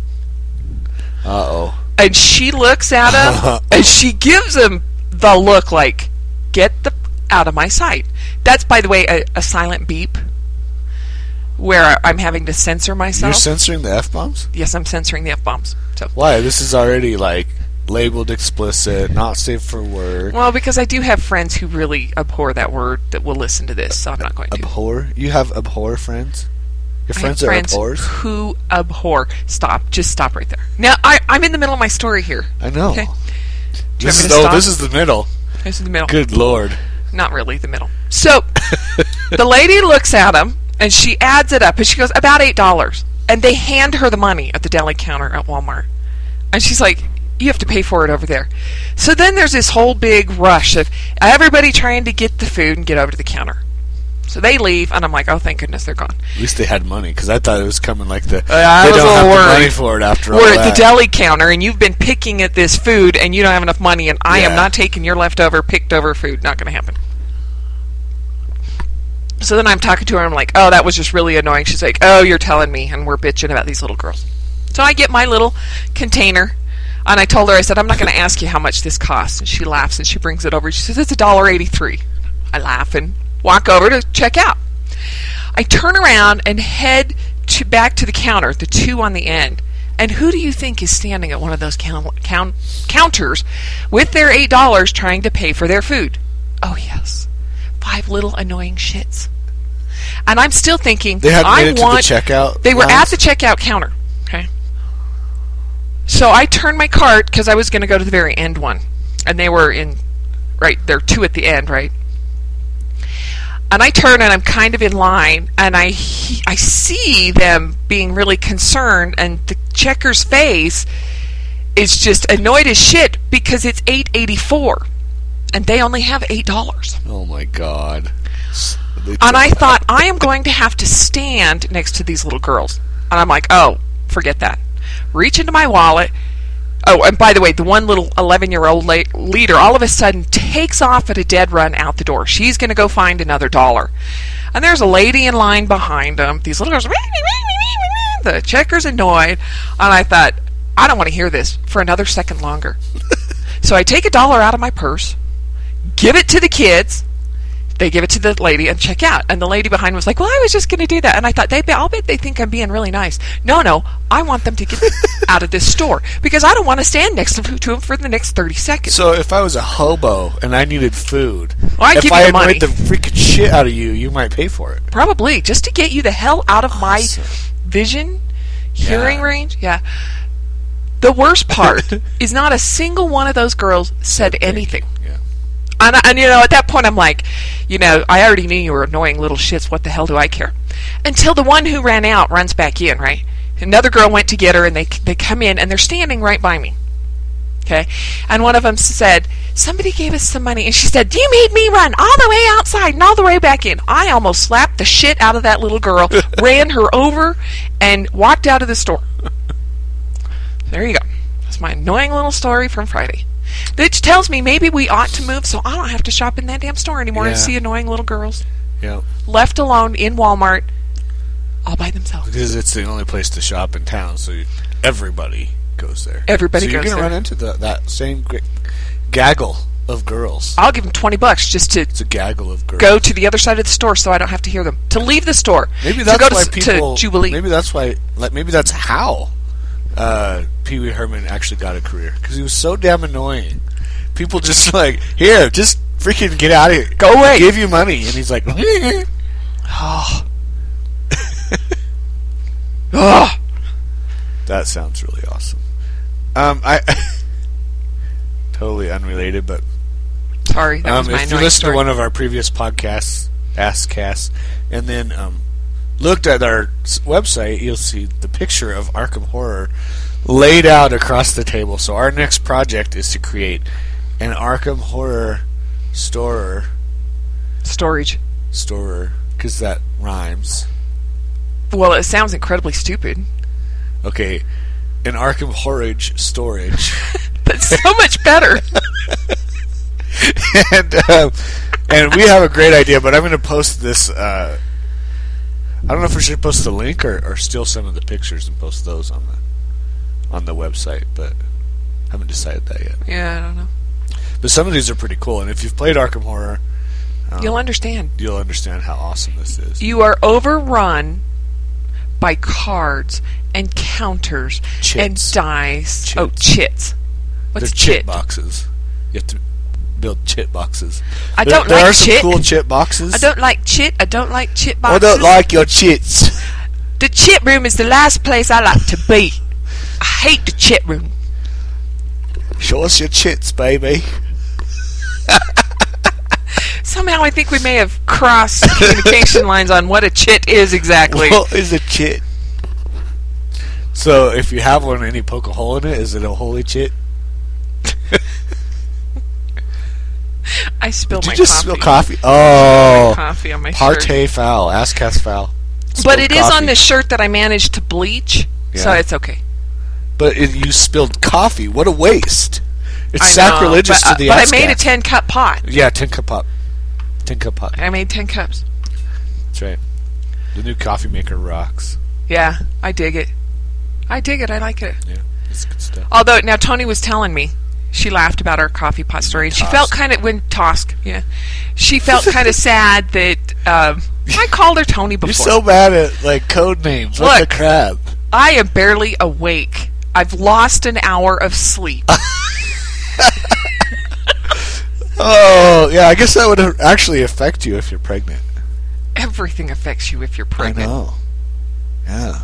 [SPEAKER 2] Uh oh.
[SPEAKER 1] And she looks at him, and she gives him the look like, "Get the f- out of my sight." That's, by the way, a, a silent beep where I'm having to censor
[SPEAKER 2] You're
[SPEAKER 1] myself.
[SPEAKER 2] censoring the f bombs.
[SPEAKER 1] yes, I'm censoring the f bombs. So.
[SPEAKER 2] Why? This is already like labeled explicit, not safe for work.
[SPEAKER 1] Well, because I do have friends who really abhor that word that will listen to this, so I'm not going to.
[SPEAKER 2] Abhor? You have abhor friends? Your
[SPEAKER 1] I have
[SPEAKER 2] friends are abhors?
[SPEAKER 1] who abhor. Stop. Just stop right there. Now I, I'm in the middle of my story here.
[SPEAKER 2] I know.
[SPEAKER 1] Okay. Do you want
[SPEAKER 2] This
[SPEAKER 1] me
[SPEAKER 2] is,
[SPEAKER 1] to
[SPEAKER 2] oh,
[SPEAKER 1] stop?
[SPEAKER 2] this is the middle.
[SPEAKER 1] This is the middle.
[SPEAKER 2] Good lord.
[SPEAKER 1] Not really the middle. So the lady looks at him and she adds it up and she goes about eight dollars. And they hand her the money at the deli counter at Walmart. And she's like, "You have to pay for it over there." So then there's this whole big rush of everybody trying to get the food and get over to the counter. So they leave, and I'm like, "Oh, thank goodness they're gone."
[SPEAKER 2] At least they had money, because I thought it was coming like the.
[SPEAKER 1] I
[SPEAKER 2] they
[SPEAKER 1] was
[SPEAKER 2] don't
[SPEAKER 1] a
[SPEAKER 2] have
[SPEAKER 1] little
[SPEAKER 2] the money
[SPEAKER 1] worried.
[SPEAKER 2] for it after all.
[SPEAKER 1] we're at the
[SPEAKER 2] that.
[SPEAKER 1] deli counter and you've been picking at this food and you don't have enough money and I am
[SPEAKER 2] Yeah.
[SPEAKER 1] not taking your leftover picked over food. Not going to happen. So then I'm talking to her. I'm like, oh, that was just really annoying. She's like, oh, you're telling me, and we're bitching about these little girls. So I get my little container, and I told her, I said, I'm not going to ask you how much this costs. And she laughs and she brings it over. She says, it's a dollar eighty-three. I laugh and walk over to check out. I turn around and head to back to the counter, the two on the end. And who do you think is standing at one of those count, count, counters with their eight dollars trying to pay for their food? Oh yes, five little annoying shits. And I'm still thinking
[SPEAKER 2] They hadn't
[SPEAKER 1] I
[SPEAKER 2] made it to the
[SPEAKER 1] want
[SPEAKER 2] checkout
[SPEAKER 1] They were at
[SPEAKER 2] lines?
[SPEAKER 1] the checkout counter. Okay. So I turned my cart because I was going to go to the very end one, and they were in right. There are two at the end, right? and I turn and I'm kind of in line, and I he- I see them being really concerned, and the checker's face is just annoyed as shit because it's eight eighty four, and they only have eight dollars.
[SPEAKER 2] Oh my god. They
[SPEAKER 1] And I
[SPEAKER 2] took-
[SPEAKER 1] thought I am going to have to stand next to these little girls, and I'm like, oh, forget that. Reach into my wallet. Oh, and by the way, the one little eleven year old la- leader all of a sudden takes off at a dead run out the door. She's going to go find another dollar, and there's a lady in line behind them. These little girls, the checker's annoyed, and I thought, I don't want to hear this for another second longer. so I take a dollar out of my purse, give it to the kids they give it to the lady and check out. And the lady behind was like, "Well, I was just going to do that." And I thought, "They, be- I'll bet they think I'm being really nice." No, no, I want them to get out of this store because I don't want to stand next to them for the next thirty seconds.
[SPEAKER 2] So if I was a hobo and I needed food,
[SPEAKER 1] Well, I'd
[SPEAKER 2] if
[SPEAKER 1] give you
[SPEAKER 2] I
[SPEAKER 1] the money.
[SPEAKER 2] annoyed the freaking shit out of you, you might pay for it.
[SPEAKER 1] Probably just to get you the hell out of my
[SPEAKER 2] Awesome.
[SPEAKER 1] vision, hearing
[SPEAKER 2] Yeah.
[SPEAKER 1] range. Yeah. The worst part is not a single one of those girls said anything.
[SPEAKER 2] Yeah.
[SPEAKER 1] And, I- and you know, at that point, I'm like, you know, I already knew you were annoying little shits. What the hell do I care? Until the one who ran out runs back in, right? Another girl went to get her, and they they come in, and they're standing right by me. Okay, and one of them said, "Somebody gave us some money," and she said, "You made me run all the way outside and all the way back in." I almost slapped the shit out of that little girl, ran her over, and walked out of the store. There you go. That's my annoying little story from Friday. Which tells me maybe we ought to move so I don't have to shop in that damn store anymore and
[SPEAKER 2] Yeah.
[SPEAKER 1] see annoying little girls
[SPEAKER 2] Yeah.
[SPEAKER 1] left alone in Walmart all by themselves.
[SPEAKER 2] Because it's the only place to shop in town, so you- everybody goes there.
[SPEAKER 1] Everybody
[SPEAKER 2] so you're
[SPEAKER 1] goes
[SPEAKER 2] gonna
[SPEAKER 1] there.
[SPEAKER 2] run into the, that same gr- gaggle of girls.
[SPEAKER 1] I'll give them 20 bucks just to
[SPEAKER 2] It's a gaggle of girls.
[SPEAKER 1] go to the other side of the store so I don't have to hear them. To leave the store.
[SPEAKER 2] Maybe that's
[SPEAKER 1] to go to,
[SPEAKER 2] why
[SPEAKER 1] s-
[SPEAKER 2] people.
[SPEAKER 1] to Jubilee.
[SPEAKER 2] Maybe that's why. Like, maybe that's how uh, Pee Wee Herman actually got a career because he was so damn annoying. People just like here, just freaking get out of here.
[SPEAKER 1] Go away.
[SPEAKER 2] I Give you money, and he's like,
[SPEAKER 1] Oh. Ugh.
[SPEAKER 2] that sounds really awesome. Um, I totally unrelated, but
[SPEAKER 1] Sorry, that
[SPEAKER 2] um,
[SPEAKER 1] was my
[SPEAKER 2] if you
[SPEAKER 1] annoying
[SPEAKER 2] listened
[SPEAKER 1] story.
[SPEAKER 2] to one of our previous podcasts, Ask Cast, and then um, looked at our s- website, you'll see the picture of Arkham Horror laid out across the table. So our next project is to create an Arkham Horror storer,
[SPEAKER 1] Storage.
[SPEAKER 2] storer, because that rhymes.
[SPEAKER 1] Well, it sounds incredibly stupid.
[SPEAKER 2] Okay, an Arkham Horage storage.
[SPEAKER 1] That's so much better.
[SPEAKER 2] and um, and we have a great idea, but I'm going to post this. Uh, I don't know if we should post the link or, or steal some of the pictures and post those on the on the website, but haven't decided that yet.
[SPEAKER 1] yeah, I don't know.
[SPEAKER 2] But some of these are pretty cool, and if you've played Arkham Horror, um,
[SPEAKER 1] You'll understand.
[SPEAKER 2] you'll understand how awesome this is.
[SPEAKER 1] you are overrun by cards and counters
[SPEAKER 2] Chits.
[SPEAKER 1] and dice. Oh,
[SPEAKER 2] Chits.
[SPEAKER 1] chits. What's
[SPEAKER 2] They're
[SPEAKER 1] chit?
[SPEAKER 2] chit boxes. You have to build chit boxes.
[SPEAKER 1] I
[SPEAKER 2] There-
[SPEAKER 1] don't
[SPEAKER 2] there,
[SPEAKER 1] like
[SPEAKER 2] are some
[SPEAKER 1] chit.
[SPEAKER 2] cool chit boxes.
[SPEAKER 1] I don't like chit. I don't like chit
[SPEAKER 2] I
[SPEAKER 1] boxes.
[SPEAKER 2] don't like your chits.
[SPEAKER 1] the chit room is the last place I like to be. I hate the chit room.
[SPEAKER 2] Show us your chits, baby.
[SPEAKER 1] Somehow I think we may have crossed communication lines on what a chit is exactly.
[SPEAKER 2] What is a chit? So if you have one and you poke a hole in it, is it a holy chit?
[SPEAKER 1] I spilled
[SPEAKER 2] Did
[SPEAKER 1] my
[SPEAKER 2] you just
[SPEAKER 1] coffee.
[SPEAKER 2] spill coffee? Oh,
[SPEAKER 1] coffee on my shirt.
[SPEAKER 2] partay foul, ass cast foul.
[SPEAKER 1] But
[SPEAKER 2] Spilled
[SPEAKER 1] it is on
[SPEAKER 2] coffee.
[SPEAKER 1] the shirt that I managed to bleach, so
[SPEAKER 2] Yeah.
[SPEAKER 1] it's okay.
[SPEAKER 2] But it, you spilled coffee. What a waste! It's
[SPEAKER 1] I know,
[SPEAKER 2] sacrilegious
[SPEAKER 1] but,
[SPEAKER 2] to the.
[SPEAKER 1] uh, But
[SPEAKER 2] ass
[SPEAKER 1] I made a
[SPEAKER 2] cast.
[SPEAKER 1] ten cup pot.
[SPEAKER 2] Yeah, ten cup pop. Ten cup pop.
[SPEAKER 1] I made ten cups.
[SPEAKER 2] That's right. The new coffee maker rocks.
[SPEAKER 1] Yeah, I dig it. I dig it. I like it.
[SPEAKER 2] Yeah, it's good stuff.
[SPEAKER 1] Although now Tony was telling me, she laughed about our coffee pot story. and She
[SPEAKER 2] Tosk.
[SPEAKER 1] felt kind of when Tosk, yeah, she felt kind of sad that um, I called her Tony before.
[SPEAKER 2] You're so bad at like code names. What
[SPEAKER 1] Look.
[SPEAKER 2] the crap?
[SPEAKER 1] I am barely awake. I've lost an hour of sleep.
[SPEAKER 2] Uh, Oh yeah, I guess that would actually affect you if you're pregnant.
[SPEAKER 1] Everything affects you if you're pregnant.
[SPEAKER 2] I know. Yeah.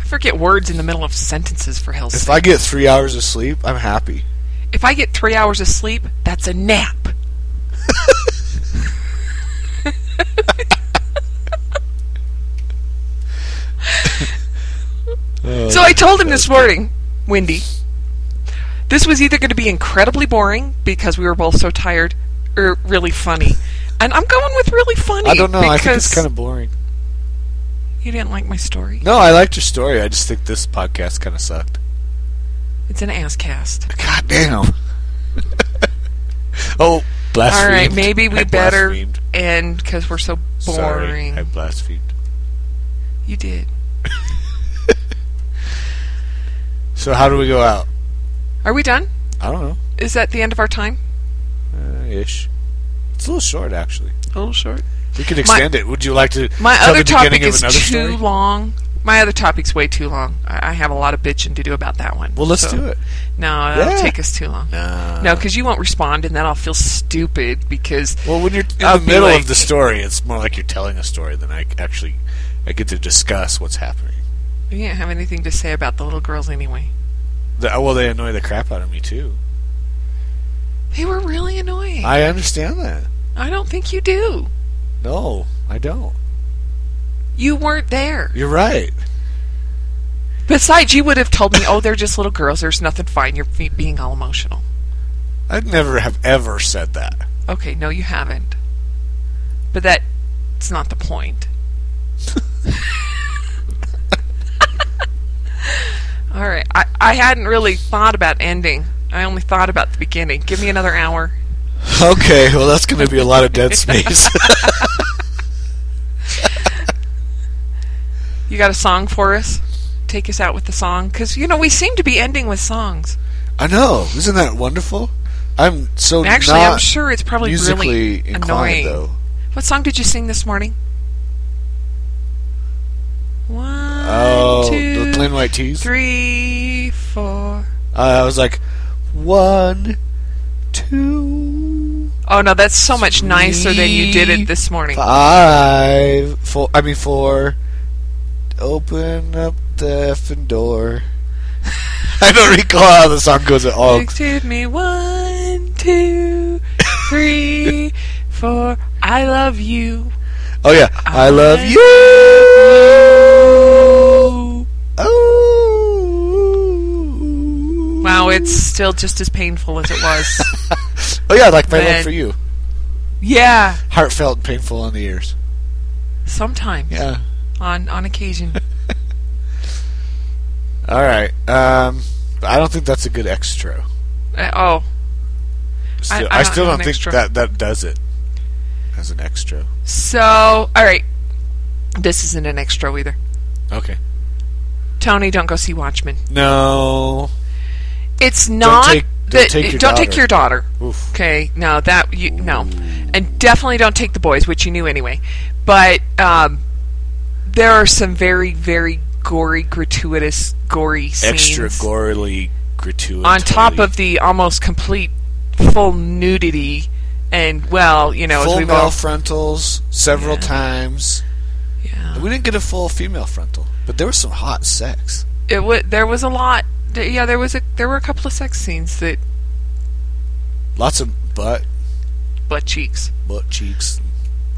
[SPEAKER 1] I forget words in the middle of sentences for hell's
[SPEAKER 2] If
[SPEAKER 1] sake.
[SPEAKER 2] I get three hours of sleep, I'm happy.
[SPEAKER 1] If I get three hours of sleep, that's a nap.
[SPEAKER 2] Uh,
[SPEAKER 1] So I told him this morning, Wendy, This was either going to be incredibly boring because we were both so tired, or really funny. And I'm going with really funny.
[SPEAKER 2] I don't know. I
[SPEAKER 1] Because
[SPEAKER 2] think it's kind of boring.
[SPEAKER 1] you didn't like my story.
[SPEAKER 2] No, I liked your story. I just think this podcast kind of sucked.
[SPEAKER 1] It's an ass cast.
[SPEAKER 2] God damn. oh, blasphemed.
[SPEAKER 1] All right, maybe we
[SPEAKER 2] I
[SPEAKER 1] better
[SPEAKER 2] blasphemed.
[SPEAKER 1] end because we're so
[SPEAKER 2] Sorry,
[SPEAKER 1] boring.
[SPEAKER 2] I blasphemed.
[SPEAKER 1] you did.
[SPEAKER 2] So how do we go out?
[SPEAKER 1] Are we done?
[SPEAKER 2] I don't know.
[SPEAKER 1] Is that the end of our time?
[SPEAKER 2] Uh, ish. It's a little short, actually.
[SPEAKER 1] A little short.
[SPEAKER 2] We could extend it. Would you like to
[SPEAKER 1] My
[SPEAKER 2] tell
[SPEAKER 1] other
[SPEAKER 2] the beginning
[SPEAKER 1] topic
[SPEAKER 2] of
[SPEAKER 1] is too
[SPEAKER 2] another story?
[SPEAKER 1] long. My other topic's way too long. I, I have a lot of bitching to do about that one.
[SPEAKER 2] Well, let's
[SPEAKER 1] So-
[SPEAKER 2] do it.
[SPEAKER 1] No, that'll
[SPEAKER 2] Yeah.
[SPEAKER 1] take us too long.
[SPEAKER 2] No.
[SPEAKER 1] No, because you won't respond, and then I'll feel stupid because
[SPEAKER 2] Well, when you're in
[SPEAKER 1] I'll
[SPEAKER 2] the
[SPEAKER 1] be
[SPEAKER 2] middle
[SPEAKER 1] like-
[SPEAKER 2] of the story, it's more like you're telling a story than I c- actually I get to discuss what's happening.
[SPEAKER 1] you didn't have anything to say about the little girls anyway.
[SPEAKER 2] The, uh, well, they annoy the crap out of me too.
[SPEAKER 1] They were really annoying. I,
[SPEAKER 2] I understand that.
[SPEAKER 1] don't think you do.
[SPEAKER 2] No, I don't.
[SPEAKER 1] You weren't there.
[SPEAKER 2] You're right.
[SPEAKER 1] Besides, you would have told me, "Oh, they're just little girls. There's nothing fine. You're be- being all emotional."
[SPEAKER 2] I'd never have ever said that.
[SPEAKER 1] Okay, no, you haven't. But that it's not the point. All right. I, I hadn't really thought about ending. I only thought about the beginning. Give me another hour.
[SPEAKER 2] Okay, well, that's going to be a lot of dead space.
[SPEAKER 1] You got a song for us? Take us out with the song cuz you know we seem to be ending with songs.
[SPEAKER 2] I know. Isn't that wonderful? I'm so
[SPEAKER 1] Actually,
[SPEAKER 2] not
[SPEAKER 1] I'm sure it's probably
[SPEAKER 2] musically
[SPEAKER 1] really
[SPEAKER 2] inclined,
[SPEAKER 1] annoying.
[SPEAKER 2] though.
[SPEAKER 1] What song did you sing this morning? One,
[SPEAKER 2] Oh,
[SPEAKER 1] two,
[SPEAKER 2] the plain white tees. Uh,
[SPEAKER 1] three, four.
[SPEAKER 2] I was like, one, two,
[SPEAKER 1] Oh no, that's so much nicer than you did it this morning.
[SPEAKER 2] five, four. I mean, four. Open up the effing door. I don't recall how the song goes at all.
[SPEAKER 1] You did me one, two, three, four. I love you.
[SPEAKER 2] Oh yeah, I love
[SPEAKER 1] I
[SPEAKER 2] you. Oh.
[SPEAKER 1] Wow, it's still just as painful as it was.
[SPEAKER 2] Oh yeah, like my
[SPEAKER 1] Man.
[SPEAKER 2] love for you.
[SPEAKER 1] yeah,
[SPEAKER 2] Heartfelt and painful on the ears.
[SPEAKER 1] sometimes
[SPEAKER 2] Yeah.
[SPEAKER 1] on on occasion.
[SPEAKER 2] All right. Um, I don't think that's a good extra.
[SPEAKER 1] Uh, oh,
[SPEAKER 2] Still,
[SPEAKER 1] I
[SPEAKER 2] I, still
[SPEAKER 1] don't have
[SPEAKER 2] don't
[SPEAKER 1] an
[SPEAKER 2] think
[SPEAKER 1] extra.
[SPEAKER 2] that that does it as an extra.
[SPEAKER 1] so all right. This isn't an extra either.
[SPEAKER 2] Okay.
[SPEAKER 1] Tony, don't go see Watchmen.
[SPEAKER 2] No.
[SPEAKER 1] It's not
[SPEAKER 2] take- don't
[SPEAKER 1] that-
[SPEAKER 2] take your
[SPEAKER 1] don't take
[SPEAKER 2] daughter.
[SPEAKER 1] your daughter.
[SPEAKER 2] Oof.
[SPEAKER 1] Okay, no, that you no, and definitely don't take the boys, which you knew anyway. But um, there are some very, very gory, gratuitous, gory scenes
[SPEAKER 2] Extra gorily gratuitous.
[SPEAKER 1] on top of the almost complete full nudity, and well, you know, as
[SPEAKER 2] full
[SPEAKER 1] we've
[SPEAKER 2] male
[SPEAKER 1] all
[SPEAKER 2] frontals several times.
[SPEAKER 1] yeah,
[SPEAKER 2] We didn't get a full female frontal, but there was some hot sex.
[SPEAKER 1] it wa there was a lot. th- Yeah, there was a there were a couple of sex scenes that
[SPEAKER 2] Lots of butt,
[SPEAKER 1] butt cheeks.
[SPEAKER 2] butt cheeks.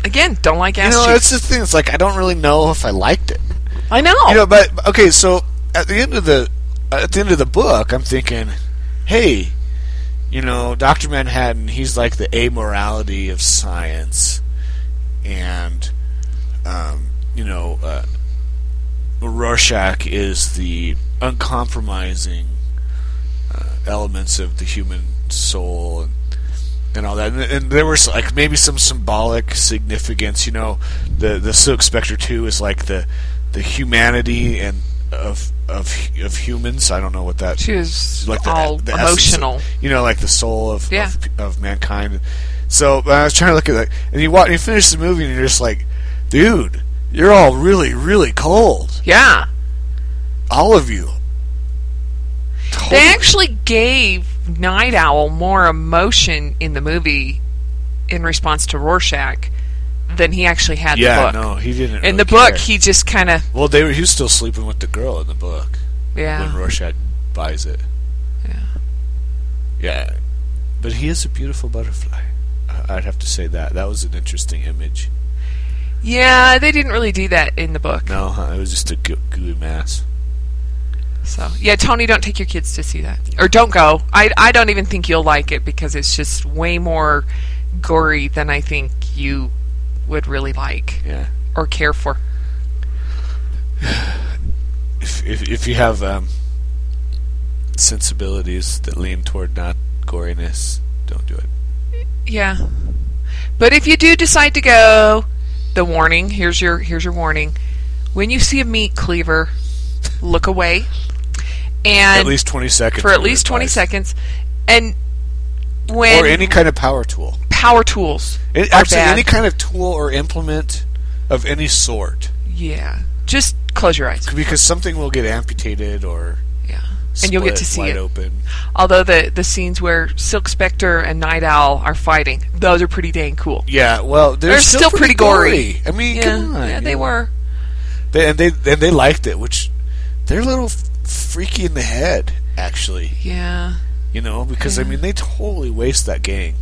[SPEAKER 1] Again, don't like
[SPEAKER 2] You
[SPEAKER 1] ass
[SPEAKER 2] know,
[SPEAKER 1] cheeks.
[SPEAKER 2] that's the thing. It's like I don't really know if I liked it.
[SPEAKER 1] I know.
[SPEAKER 2] You know, but okay. So at the end of the at the end of the book, I'm thinking, hey, you know, Doctor Manhattan, he's like the amorality of science, and um, you know, uh, Rorschach is the uncompromising uh, elements of the human soul and and all that. And, and there was like maybe some symbolic significance. You know, the the Silk Spectre two is like the the humanity and of of of humans. I don't know what that
[SPEAKER 1] she was
[SPEAKER 2] like the,
[SPEAKER 1] all
[SPEAKER 2] the essence of-
[SPEAKER 1] emotional.
[SPEAKER 2] you know, like the soul of
[SPEAKER 1] Yeah.
[SPEAKER 2] of, of mankind. So but I was trying to look at that, and you watch, you finish the movie, and you're just like, dude, you're all really, really cold,
[SPEAKER 1] yeah.
[SPEAKER 2] all of you.
[SPEAKER 1] They actually gave Night Owl more emotion in the movie in response to Rorschach than he actually had in
[SPEAKER 2] yeah,
[SPEAKER 1] the book.
[SPEAKER 2] no, he didn't.
[SPEAKER 1] in the book,
[SPEAKER 2] really care.
[SPEAKER 1] he just kind of
[SPEAKER 2] well, they were he was still sleeping with the girl in the book when
[SPEAKER 1] yeah.
[SPEAKER 2] Rorschach buys it.
[SPEAKER 1] Yeah.
[SPEAKER 2] Yeah, but he is a beautiful butterfly. I- I'd have to say that that was an interesting image.
[SPEAKER 1] Yeah, they didn't really do that in the book.
[SPEAKER 2] No, huh, it was just a goo- gooey mass.
[SPEAKER 1] So yeah, Tony, don't take your kids to see that, or don't go. I I don't even think you'll like it because it's just way more gory than I think you would really like
[SPEAKER 2] Yeah.
[SPEAKER 1] or care for.
[SPEAKER 2] If if, if you have um, sensibilities that lean toward not goriness, don't do it.
[SPEAKER 1] Yeah. But if you do decide to go, the warning, here's your here's your warning. When you see a meat cleaver, look away. And
[SPEAKER 2] at least twenty seconds.
[SPEAKER 1] for at
[SPEAKER 2] I
[SPEAKER 1] least
[SPEAKER 2] would
[SPEAKER 1] 20
[SPEAKER 2] advise.
[SPEAKER 1] seconds. And when
[SPEAKER 2] Or any kind of power tool.
[SPEAKER 1] power tools.
[SPEAKER 2] It,
[SPEAKER 1] are
[SPEAKER 2] actually,
[SPEAKER 1] bad,
[SPEAKER 2] any kind of tool or implement of any sort,
[SPEAKER 1] Yeah. Just close your eyes.
[SPEAKER 2] because something will get amputated or
[SPEAKER 1] Yeah. And you'll get
[SPEAKER 2] split
[SPEAKER 1] to see
[SPEAKER 2] wide
[SPEAKER 1] it.
[SPEAKER 2] open.
[SPEAKER 1] Although the the scenes where Silk Spectre and Night Owl are fighting, those are pretty dang cool.
[SPEAKER 2] Yeah, well, they're,
[SPEAKER 1] They're still pretty gory.
[SPEAKER 2] I mean,
[SPEAKER 1] Yeah.
[SPEAKER 2] come on.
[SPEAKER 1] yeah, they
[SPEAKER 2] you know.
[SPEAKER 1] were.
[SPEAKER 2] They, and they and they liked it, which they're a little f- freaky in the head, actually.
[SPEAKER 1] Yeah.
[SPEAKER 2] You know, because I mean, they totally waste that gang,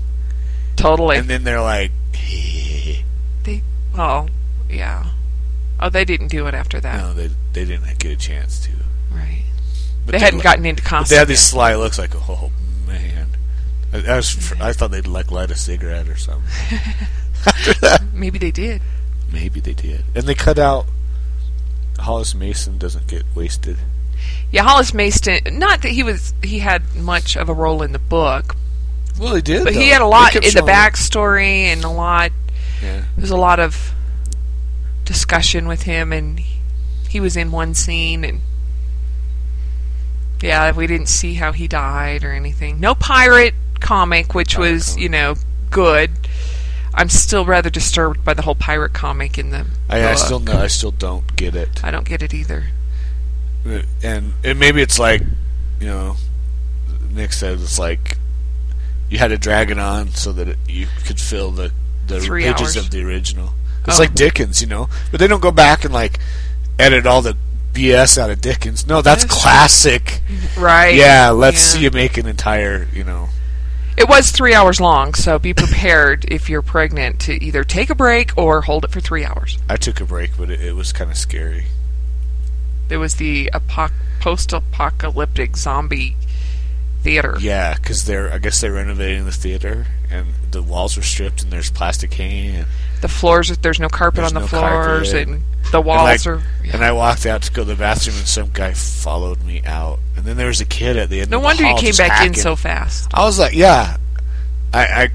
[SPEAKER 1] Totally.
[SPEAKER 2] and then they're like,
[SPEAKER 1] Oh, yeah. Oh, they didn't do it after that,
[SPEAKER 2] no, they they didn't get a chance to.
[SPEAKER 1] right?
[SPEAKER 2] But
[SPEAKER 1] They hadn't
[SPEAKER 2] li-
[SPEAKER 1] gotten into
[SPEAKER 2] But they had
[SPEAKER 1] costume.
[SPEAKER 2] these sly looks, like, oh man. I, I, was, fr- I thought they'd like light a cigarette or something. After that,
[SPEAKER 1] Maybe they did.
[SPEAKER 2] maybe they did, and they cut out. Hollis Mason doesn't get wasted.
[SPEAKER 1] Yeah, Hollis Mason. Not that he was he had much of a role in the book,
[SPEAKER 2] Well, he did.
[SPEAKER 1] but he had a lot in the backstory and a lot. There was a lot of discussion with him, and he- he was in one scene and. Yeah, we didn't see how he died or anything. No pirate comic, which
[SPEAKER 2] Pirate
[SPEAKER 1] was,
[SPEAKER 2] comic.
[SPEAKER 1] you know, good. I'm still rather disturbed by the whole pirate comic in the
[SPEAKER 2] I, I
[SPEAKER 1] book.
[SPEAKER 2] still know. I still don't get it.
[SPEAKER 1] I don't get it either.
[SPEAKER 2] and and maybe it's like you know Nick said it's like you had to drag it on so that it, you could fill the the
[SPEAKER 1] Three hours.
[SPEAKER 2] pages of the original. It's
[SPEAKER 1] Oh.
[SPEAKER 2] like Dickens, you know, but they don't go back and like edit all the BS out of Dickens. No, that's
[SPEAKER 1] That's-
[SPEAKER 2] classic.
[SPEAKER 1] Right.
[SPEAKER 2] Yeah, let's
[SPEAKER 1] Yeah.
[SPEAKER 2] see you make an entire, you know.
[SPEAKER 1] It was three hours long, so be prepared if you're pregnant to either take a break or hold it for three hours.
[SPEAKER 2] I took a break, but it, it was kind of scary.
[SPEAKER 1] There was the apoc- post-apocalyptic zombie theater.
[SPEAKER 2] Yeah, because they're I guess they're renovating the theater and the walls were stripped and there's plastic hanging. And,
[SPEAKER 1] The floors, there's no carpet
[SPEAKER 2] There's
[SPEAKER 1] on the
[SPEAKER 2] no
[SPEAKER 1] floors,
[SPEAKER 2] carpet.
[SPEAKER 1] and the walls
[SPEAKER 2] like,
[SPEAKER 1] are. yeah.
[SPEAKER 2] And I walked out to go to the bathroom, and some guy followed me out. And then there was a kid at the end.
[SPEAKER 1] no
[SPEAKER 2] of the
[SPEAKER 1] wonder you
[SPEAKER 2] hall
[SPEAKER 1] came
[SPEAKER 2] just
[SPEAKER 1] back in
[SPEAKER 2] hacking.
[SPEAKER 1] so fast.
[SPEAKER 2] I was like, yeah, I, I,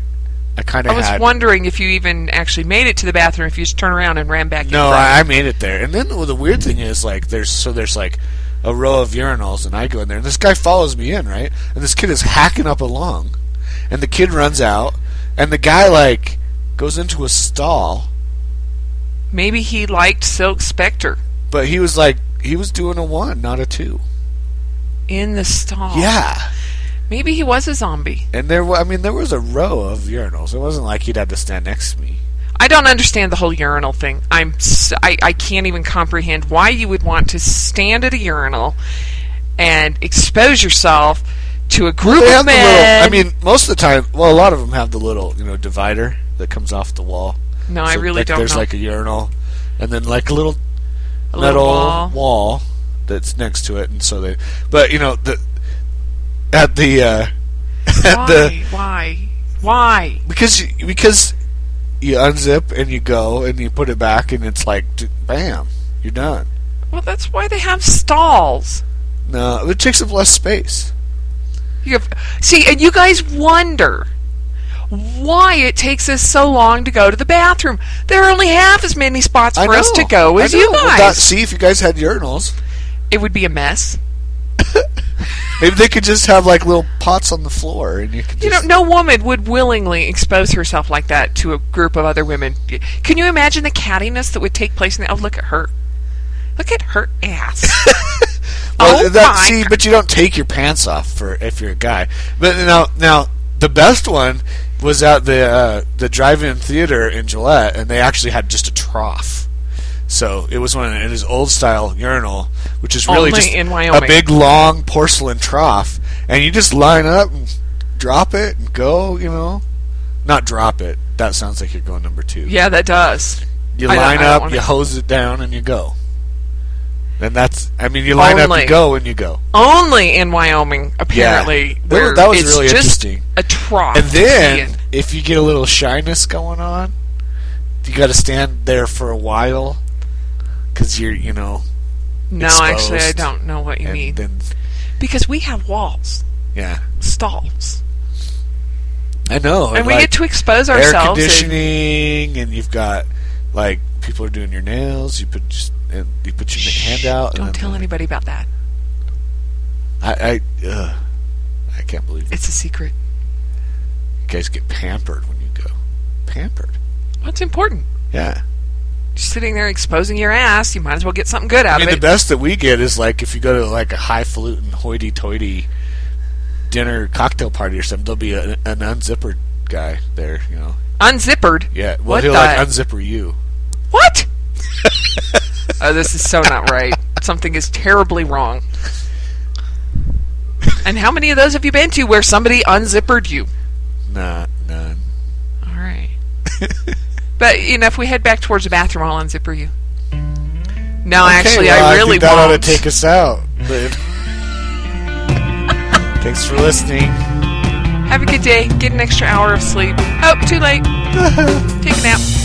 [SPEAKER 2] I kind
[SPEAKER 1] I
[SPEAKER 2] of
[SPEAKER 1] was
[SPEAKER 2] had.
[SPEAKER 1] wondering if you even actually made it to the bathroom. If you just turn around and ran back.
[SPEAKER 2] no,
[SPEAKER 1] in front.
[SPEAKER 2] I, I made it there. And then well, the weird thing is, like, there's so there's like a row of urinals, and I go in there, and this guy follows me in, right? And this kid is hacking up along, and the kid runs out, and the guy like goes into a stall,
[SPEAKER 1] Maybe he liked Silk Spectre
[SPEAKER 2] but he was like he was doing a one, not a two.
[SPEAKER 1] in the stall.
[SPEAKER 2] Yeah.
[SPEAKER 1] Maybe he was a zombie.
[SPEAKER 2] And there, wa- I mean, there was a row of urinals. It wasn't like he'd have to stand next to me.
[SPEAKER 1] I don't understand the whole urinal thing. I'm s- I, I can't even comprehend why you would want to stand at a urinal and expose yourself to a group
[SPEAKER 2] They
[SPEAKER 1] of
[SPEAKER 2] have the
[SPEAKER 1] men.
[SPEAKER 2] little. I mean, most of the time, well, a lot of them have the little, you know, divider that comes off the wall.
[SPEAKER 1] no, I
[SPEAKER 2] So,
[SPEAKER 1] really
[SPEAKER 2] like,
[SPEAKER 1] don't
[SPEAKER 2] There's
[SPEAKER 1] know.
[SPEAKER 2] like a urinal, and then like a little
[SPEAKER 1] A
[SPEAKER 2] metal
[SPEAKER 1] little wall.
[SPEAKER 2] wall that's next to it, and so they. But you know, the at the uh, at the
[SPEAKER 1] why? Why? Why?
[SPEAKER 2] because you, because you unzip and you go and you put it back, and it's like, d- bam, you're done.
[SPEAKER 1] Well, that's why they have stalls.
[SPEAKER 2] No, it takes up less space.
[SPEAKER 1] You have, see, and you guys wonder why it takes us so long to go to the bathroom. There are only half as many spots for us to go
[SPEAKER 2] I
[SPEAKER 1] as you
[SPEAKER 2] know. Well,
[SPEAKER 1] guys.
[SPEAKER 2] that- see if you guys had urinals.
[SPEAKER 1] it would be a mess.
[SPEAKER 2] Maybe they could just have like little pots on the floor, and you could. Just,
[SPEAKER 1] You know, no woman would willingly expose herself like that to a group of other women. Can you imagine the cattiness that would take place in the? Oh, look at her! Look at her ass!
[SPEAKER 2] Well,
[SPEAKER 1] oh
[SPEAKER 2] that-
[SPEAKER 1] my!
[SPEAKER 2] See, but you don't take your pants off for if you're a guy. But now, now the best one was at the uh, the drive-in theater in Gillette, and they actually had just a trough. So it was one of his old style urinal, which is
[SPEAKER 1] Only
[SPEAKER 2] really just
[SPEAKER 1] in
[SPEAKER 2] a
[SPEAKER 1] Wyoming.
[SPEAKER 2] big long porcelain trough, and you just line up and drop it and go. You know, not drop it. That sounds like you're going number two.
[SPEAKER 1] yeah, that does.
[SPEAKER 2] You
[SPEAKER 1] I don't-
[SPEAKER 2] line
[SPEAKER 1] I don't
[SPEAKER 2] up,
[SPEAKER 1] wanna-
[SPEAKER 2] you hose it down, and you go. And that's, I mean, you line up,
[SPEAKER 1] Only.
[SPEAKER 2] you go, and you go.
[SPEAKER 1] Only in Wyoming, apparently.
[SPEAKER 2] That-
[SPEAKER 1] where
[SPEAKER 2] that was
[SPEAKER 1] it's
[SPEAKER 2] really
[SPEAKER 1] just
[SPEAKER 2] interesting.
[SPEAKER 1] A trough.
[SPEAKER 2] And
[SPEAKER 1] to
[SPEAKER 2] then,
[SPEAKER 1] see
[SPEAKER 2] if you get a little shyness going on, you got to stand there for a while because you're, you know,
[SPEAKER 1] it. no, actually, I
[SPEAKER 2] exposed.
[SPEAKER 1] don't know what you
[SPEAKER 2] and
[SPEAKER 1] mean
[SPEAKER 2] then,
[SPEAKER 1] because we have walls,
[SPEAKER 2] yeah,
[SPEAKER 1] stalls,
[SPEAKER 2] I know.
[SPEAKER 1] and we
[SPEAKER 2] like,
[SPEAKER 1] get to expose
[SPEAKER 2] air
[SPEAKER 1] ourselves. and-
[SPEAKER 2] conditioning, and, you've got like people are doing your nails. You put just and you put your
[SPEAKER 1] Shh,
[SPEAKER 2] hand out. and
[SPEAKER 1] Don't
[SPEAKER 2] then,
[SPEAKER 1] tell
[SPEAKER 2] like,
[SPEAKER 1] anybody about that.
[SPEAKER 2] I, I, ugh, I can't believe you
[SPEAKER 1] It's a secret.
[SPEAKER 2] guys get pampered when you go. Pampered.
[SPEAKER 1] What's important?
[SPEAKER 2] Yeah.
[SPEAKER 1] Just sitting there exposing your ass, you might as well get something good
[SPEAKER 2] I
[SPEAKER 1] out
[SPEAKER 2] mean,
[SPEAKER 1] of
[SPEAKER 2] the
[SPEAKER 1] it.
[SPEAKER 2] best that we get is like if you go to like a highfalutin, hoity-toity dinner cocktail party or something, there'll be a, an unzippered guy there. You know.
[SPEAKER 1] Unzippered.
[SPEAKER 2] Yeah. Well,
[SPEAKER 1] What
[SPEAKER 2] he'll
[SPEAKER 1] the-
[SPEAKER 2] like unzipper you.
[SPEAKER 1] What? oh, this is so not right. Something is terribly wrong. And how many of those have you been to where somebody unzippered you?
[SPEAKER 2] Nah, none.
[SPEAKER 1] All right. but you know, if we head back towards the bathroom, I'll unzipper you. No,
[SPEAKER 2] Okay,
[SPEAKER 1] actually,
[SPEAKER 2] well,
[SPEAKER 1] I
[SPEAKER 2] think
[SPEAKER 1] really
[SPEAKER 2] that ought
[SPEAKER 1] won't.
[SPEAKER 2] to take us out. But thanks for listening.
[SPEAKER 1] Have a good day. Get an extra hour of sleep. Oh, too late. take a nap.